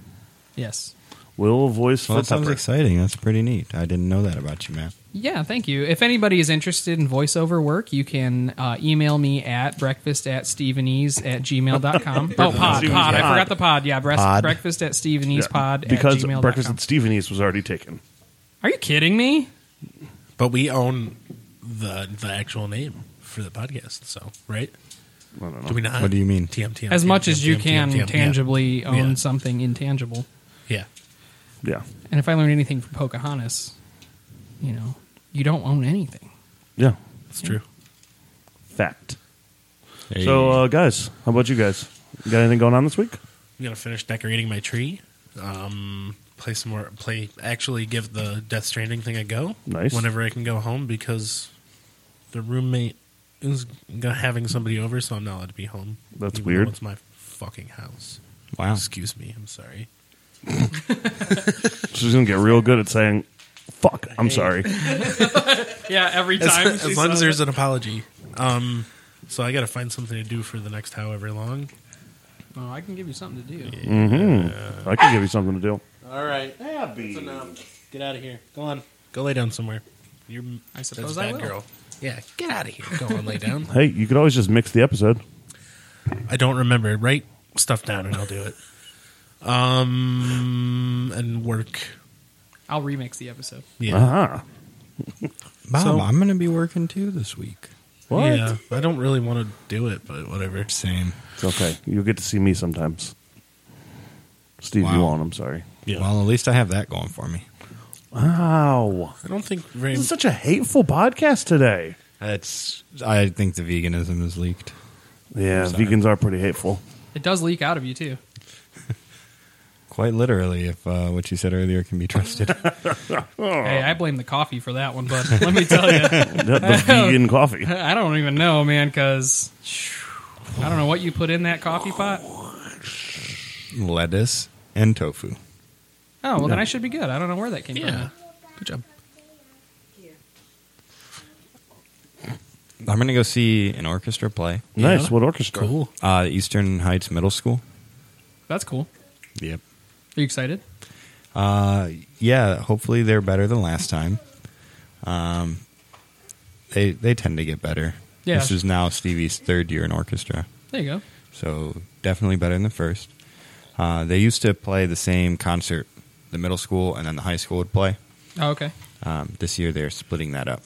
D: Yes.
C: Will voice
A: Well,
C: for
A: that sounds
C: pepper.
A: exciting. That's pretty neat. I didn't know that about you, man.
D: Yeah, thank you. If anybody is interested in voiceover work, you can uh, email me at breakfast at stevenese at gmail.com. oh, pod, pod.
C: Stevenese.
D: I
C: Pod.
D: forgot the pod. Yeah, breast,
A: Pod.
D: breakfast at
C: Yeah,
D: stevenese pod at
C: because
D: gmail.com.
C: breakfast at Stephen East was already taken.
D: Are you kidding me?
B: But we own the the actual name for the podcast. So right?
C: I don't know.
B: Do we not?
A: What do you mean?
B: TM, TM,
D: As
B: TM,
D: much as
B: TM,
D: you
B: TM,
D: can
B: TM, yeah.
D: tangibly own
B: Yeah.
D: something intangible.
B: Yeah.
C: Yeah,
D: And if I learned anything from Pocahontas, you know, you don't own anything.
C: yeah,
B: It's true.
C: fact. So, uh, guys, how about you guys? You got anything going on this week?
B: I'm gonna finish decorating my tree. Um, play some more. Play actually give the Death Stranding thing a go.
C: Nice.
B: Whenever I can go home because the roommate is go- having somebody over, so I'm not allowed to be home.
C: That's
B: even though
C: weird.
B: It's my fucking house.
A: wow.
B: Excuse me. I'm sorry.
C: She's gonna get real good at saying, "Fuck, I'm sorry."
D: Yeah, every
B: As, as long as there's an apology. Um, so I got to find something to do for the next however long.
D: Oh, I can give you something to do.
C: I could give you something to do.
I: All right.
C: Abby.
I: That's enough.
B: Get out of here. Go on. Go lay down somewhere. You're
D: I
B: that's
D: suppose I
B: bad
D: will.
B: girl. Yeah, get out of here. Go on, lay down.
C: Hey, you could always just mix the episode.
B: I don't remember. Write stuff down and I'll do it. Um, and work.
D: I'll remix the episode.
B: Yeah.
C: Uh-huh.
A: Bob,
B: so-
A: I'm going to be working too this week.
C: What?
B: Yeah. I don't really want to do it, but whatever.
A: Same.
C: It's okay. You'll get to see me sometimes. Steve, you
A: Wow.
C: won't. I'm sorry.
B: Yeah.
A: Well, at least I have that going for me.
C: Wow.
B: I don't think very.
C: This is such a hateful podcast today.
A: It's. I think the veganism is leaked.
C: Yeah, vegans are pretty hateful.
D: It does leak out of you too.
A: Quite literally, if uh, what you said earlier can be trusted.
D: Hey, I blame the coffee for that one, but let me tell you,
C: The, the vegan coffee.
D: I don't even know, man, because I don't know what you put in that coffee pot. Oh,
A: Lettuce and tofu.
D: well, then I should be good. I don't know where that came
B: yeah.
D: from.
B: Good job.
A: I'm going to go see an orchestra play.
C: Nice.
B: Yeah.
C: What orchestra?
B: Cool.
A: Uh, Eastern Heights Middle School.
D: That's cool.
A: Yep.
D: Are you excited?
A: Uh, yeah. Hopefully they're better than last time. Um, they they tend to get better.
D: Yeah.
A: This is now Stevie's third year in orchestra,
D: There you go.
A: so definitely better than the first. Uh, they used to play the same concert. The middle school and then the high school would play.
D: Oh, okay.
A: Um, this year they're splitting that up,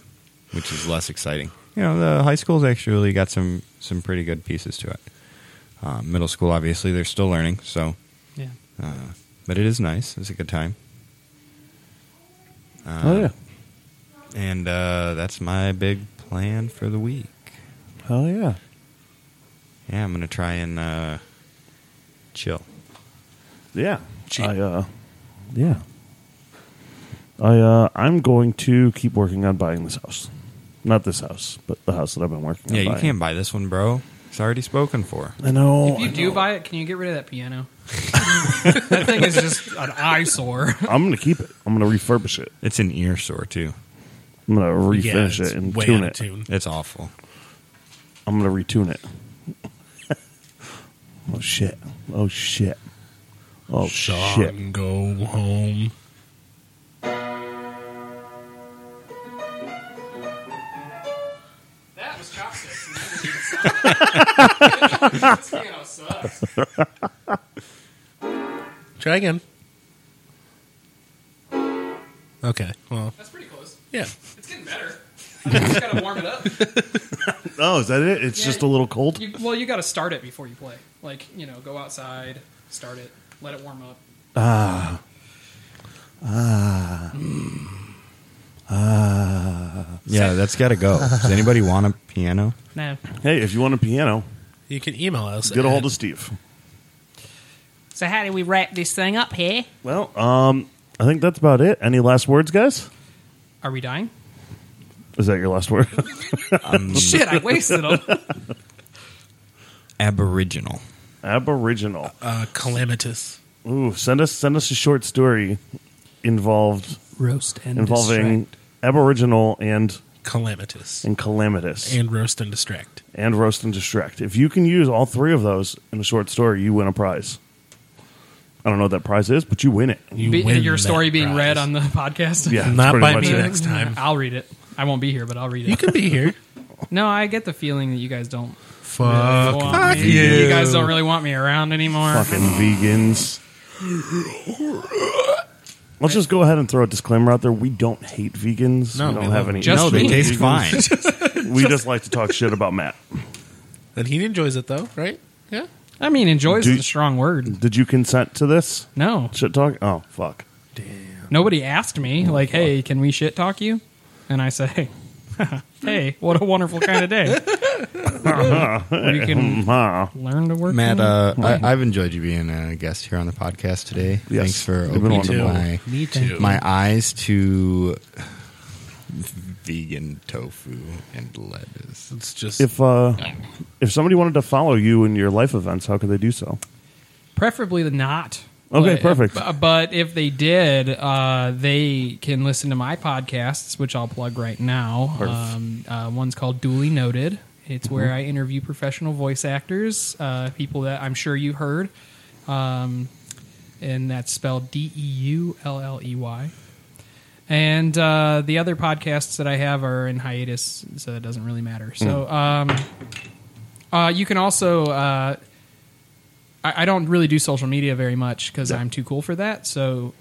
A: which is less exciting. You know, the high school's actually got some some pretty good pieces to it. Um, middle school, obviously, they're still learning. So,
D: Yeah.
A: uh, but it is nice. It's a good time. Uh,
C: Oh, yeah.
A: And uh, that's my big plan for the week.
C: Hell yeah.
A: Yeah, I'm gonna try and uh, chill.
C: Yeah.
B: Cheap.
C: I uh yeah. I uh I'm going to keep working on buying this house. Not this house, but the house that I've been working on.
A: Yeah, you
C: buying.
A: can't buy this one, bro. It's already spoken for.
C: I
B: Oh,
C: know.
D: If you
C: I
D: do
C: know.
D: buy it, can you get rid of that piano? that thing is just an eyesore.
C: I'm gonna keep it. I'm gonna refurbish it.
A: It's an ear sore too.
C: I'm gonna
B: Yeah,
C: refinish
B: it's
C: it and
B: way
C: tune
B: out of
C: it.
B: tune.
A: It's awful.
C: I'm gonna retune it. oh shit. Oh shit. Oh
B: Sean,
C: shit.
B: go home.
D: That was chopsticks.
B: Try again. Okay. Well,
D: That's pretty close.
B: yeah.
D: It's getting better. I just gotta warm it up.
C: Oh, is that it? It's
D: Yeah.
C: just a little cold?
D: You, well, you got to start it before you play. Like, you know, go outside, start it, let it warm up.
A: Yeah, that's got to go. Does anybody want a piano?
D: No.
C: Hey, if you want a piano,
B: You can email us.
C: get a
B: at-
C: hold of Steve.
F: So how do we wrap this thing up here?
C: Well, um, I think that's about it. Any last words, guys?
D: Are we dying?
C: Is that your last word?
D: Shit, I wasted them.
A: Aboriginal.
C: Aboriginal.
B: uh, calamitous.
C: Ooh, send us send us a short story involved
D: Roast and
C: involving Aboriginal and
B: calamitous,
C: and calamitous
B: and roast and distract.
C: and roast and distract. If you can use all three of those in a short story, you win a prize. I don't know what that prize is, but you win it.
B: You
D: Be-
B: win
D: your
B: that
D: story being
B: prize.
D: read on the podcast.
C: Yeah, that's
B: Not
C: pretty
B: by
C: much
B: me
C: it.
B: next time.
D: I'll read it. I won't be here, but I'll read
B: You
D: it.
B: can be here.
D: No, I get the feeling that you guys don't.
B: Fuck.
D: want me.
B: you.
D: You guys don't really want me around anymore.
C: Fucking vegans. Let's just go ahead and throw a disclaimer out there. We don't hate vegans.
B: No,
C: we don't
B: we
C: have
B: love
C: any.
D: Just
A: no,
C: issues
A: they
D: me.
C: with
A: taste
C: vegans.
A: fine.
C: We just like to talk shit about Matt.
B: And he enjoys it though, right? Yeah.
D: I mean, enjoys
C: Do-
D: is a strong word.
C: Did you consent to this
D: No,
C: shit talk? Oh fuck.
D: nobody asked me. Like, hey, can we shit talk you? And I say, hey, what a wonderful kind of day. Where you can
C: Huh.
D: learn to work.
A: Matt,
D: on-
A: uh, I, I've enjoyed you being a guest here on the podcast today. Thanks for
C: You've been
A: opening
C: wonderful.
A: my
B: Me too.
A: my eyes to vegan tofu and lettuce.
B: it's just
C: If uh, if somebody wanted to follow you in your life events, how could they do so?
D: preferably not.
C: Okay,
D: But-
C: perfect.
D: bu- But if they did, uh, they can listen to my podcasts, which I'll plug right now. Um, uh, one's called Duly Noted. It's
C: Mm-hmm.
D: where I interview professional voice actors, uh, people that I'm sure you heard, um, and that's spelled D E U L L E Y. And uh, the other podcasts that I have are in hiatus, so it doesn't really matter. So
C: Mm.
D: um, uh, you can also. Uh, I, I don't really do social media very much because I'm too cool for that. So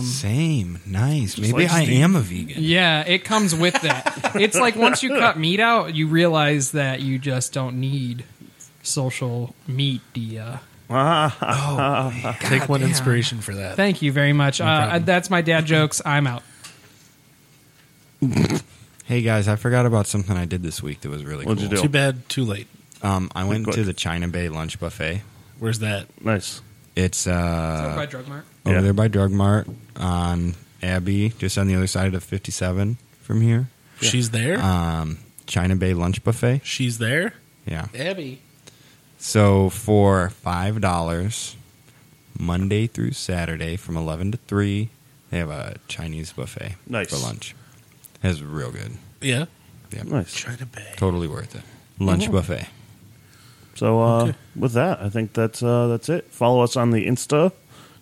A: Same, nice. Maybe
C: like
A: I
C: Steve.
A: am a vegan.
D: yeah, it comes with that. it's like once you cut meat out, you realize that you just don't need social media.
B: take one inspiration for that.
D: Thank you very much. uh,
B: problem.
D: that's my dad jokes. I'm out.
A: Hey guys, I forgot about something I did this week that was really
C: What'd you
A: cool.
B: Too bad, too late.
A: Um, I went
C: Quick.
A: to the China Bay Lunch Buffet.
B: Where's that?
C: Nice.
A: It's uh,
D: by Drug Mart.
A: over
C: Yeah.
A: there by Drug Mart on Abbey, just on the other side of 57 from here.
B: She's there.
A: Um, China Bay Lunch Buffet.
B: She's there.
A: Yeah.
B: Abby.
A: So for five dollars, Monday through Saturday from eleven to three, they have a Chinese buffet
C: Nice.
A: for lunch. It's real good.
B: Yeah.
A: Yeah,
C: Nice.
B: Trying to pay.
A: totally worth it. Lunch buffet.
C: So uh, with that, I think that's uh, that's it. Follow us on the Insta,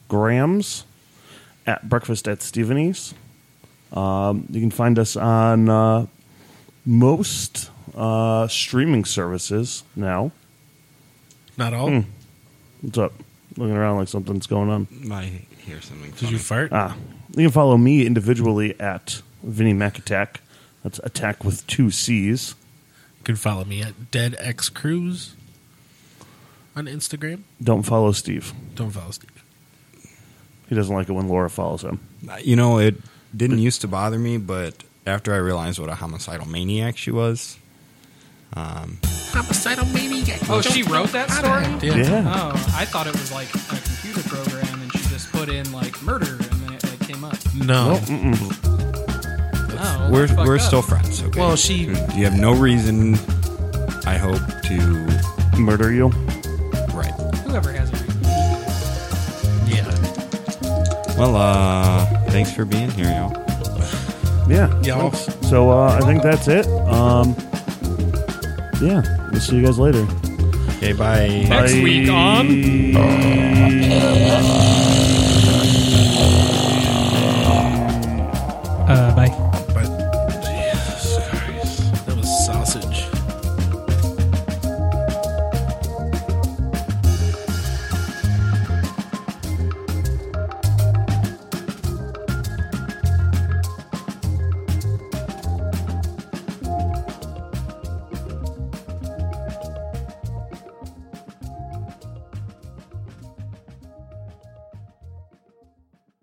C: Grams, at Breakfast at Stephenie's. Um, you can find us on uh, most uh, streaming services now.
B: Not all.
C: What's up? Looking around like something's going on.
A: I hear something.
B: Did you fart?
C: Ah, you can follow me individually at Vinny Mac Attack. That's attack with two C's.
B: You can follow me at Dead X Cruise on Instagram.
C: Don't follow Steve.
B: Don't follow Steve.
C: He doesn't like it when Laura follows him.
A: You know, it didn't used to bother me, but after I realized what a homicidal maniac she was,
B: Homicidal maniac.
D: Oh, she wrote that story?
B: Yeah.
C: Yeah.
D: Oh, I thought it was like a computer program, and she just put in like murder, and then it like came up.
B: No.
D: Oh, well,
A: we're
D: that's fucked
A: we're
D: up.
A: still friends. Okay.
B: Well, she-
A: You have no reason. I hope to.
C: Murder you.
A: Right.
D: Whoever has a reason.
B: Yeah.
A: Well, uh, thanks for being here, y'all.
C: Yeah.
B: Y'all.
C: Thanks. So uh, I think that's it. Um, yeah. We'll see you guys later.
A: Okay, bye.
D: Next week on.
C: Bye.
B: Uh,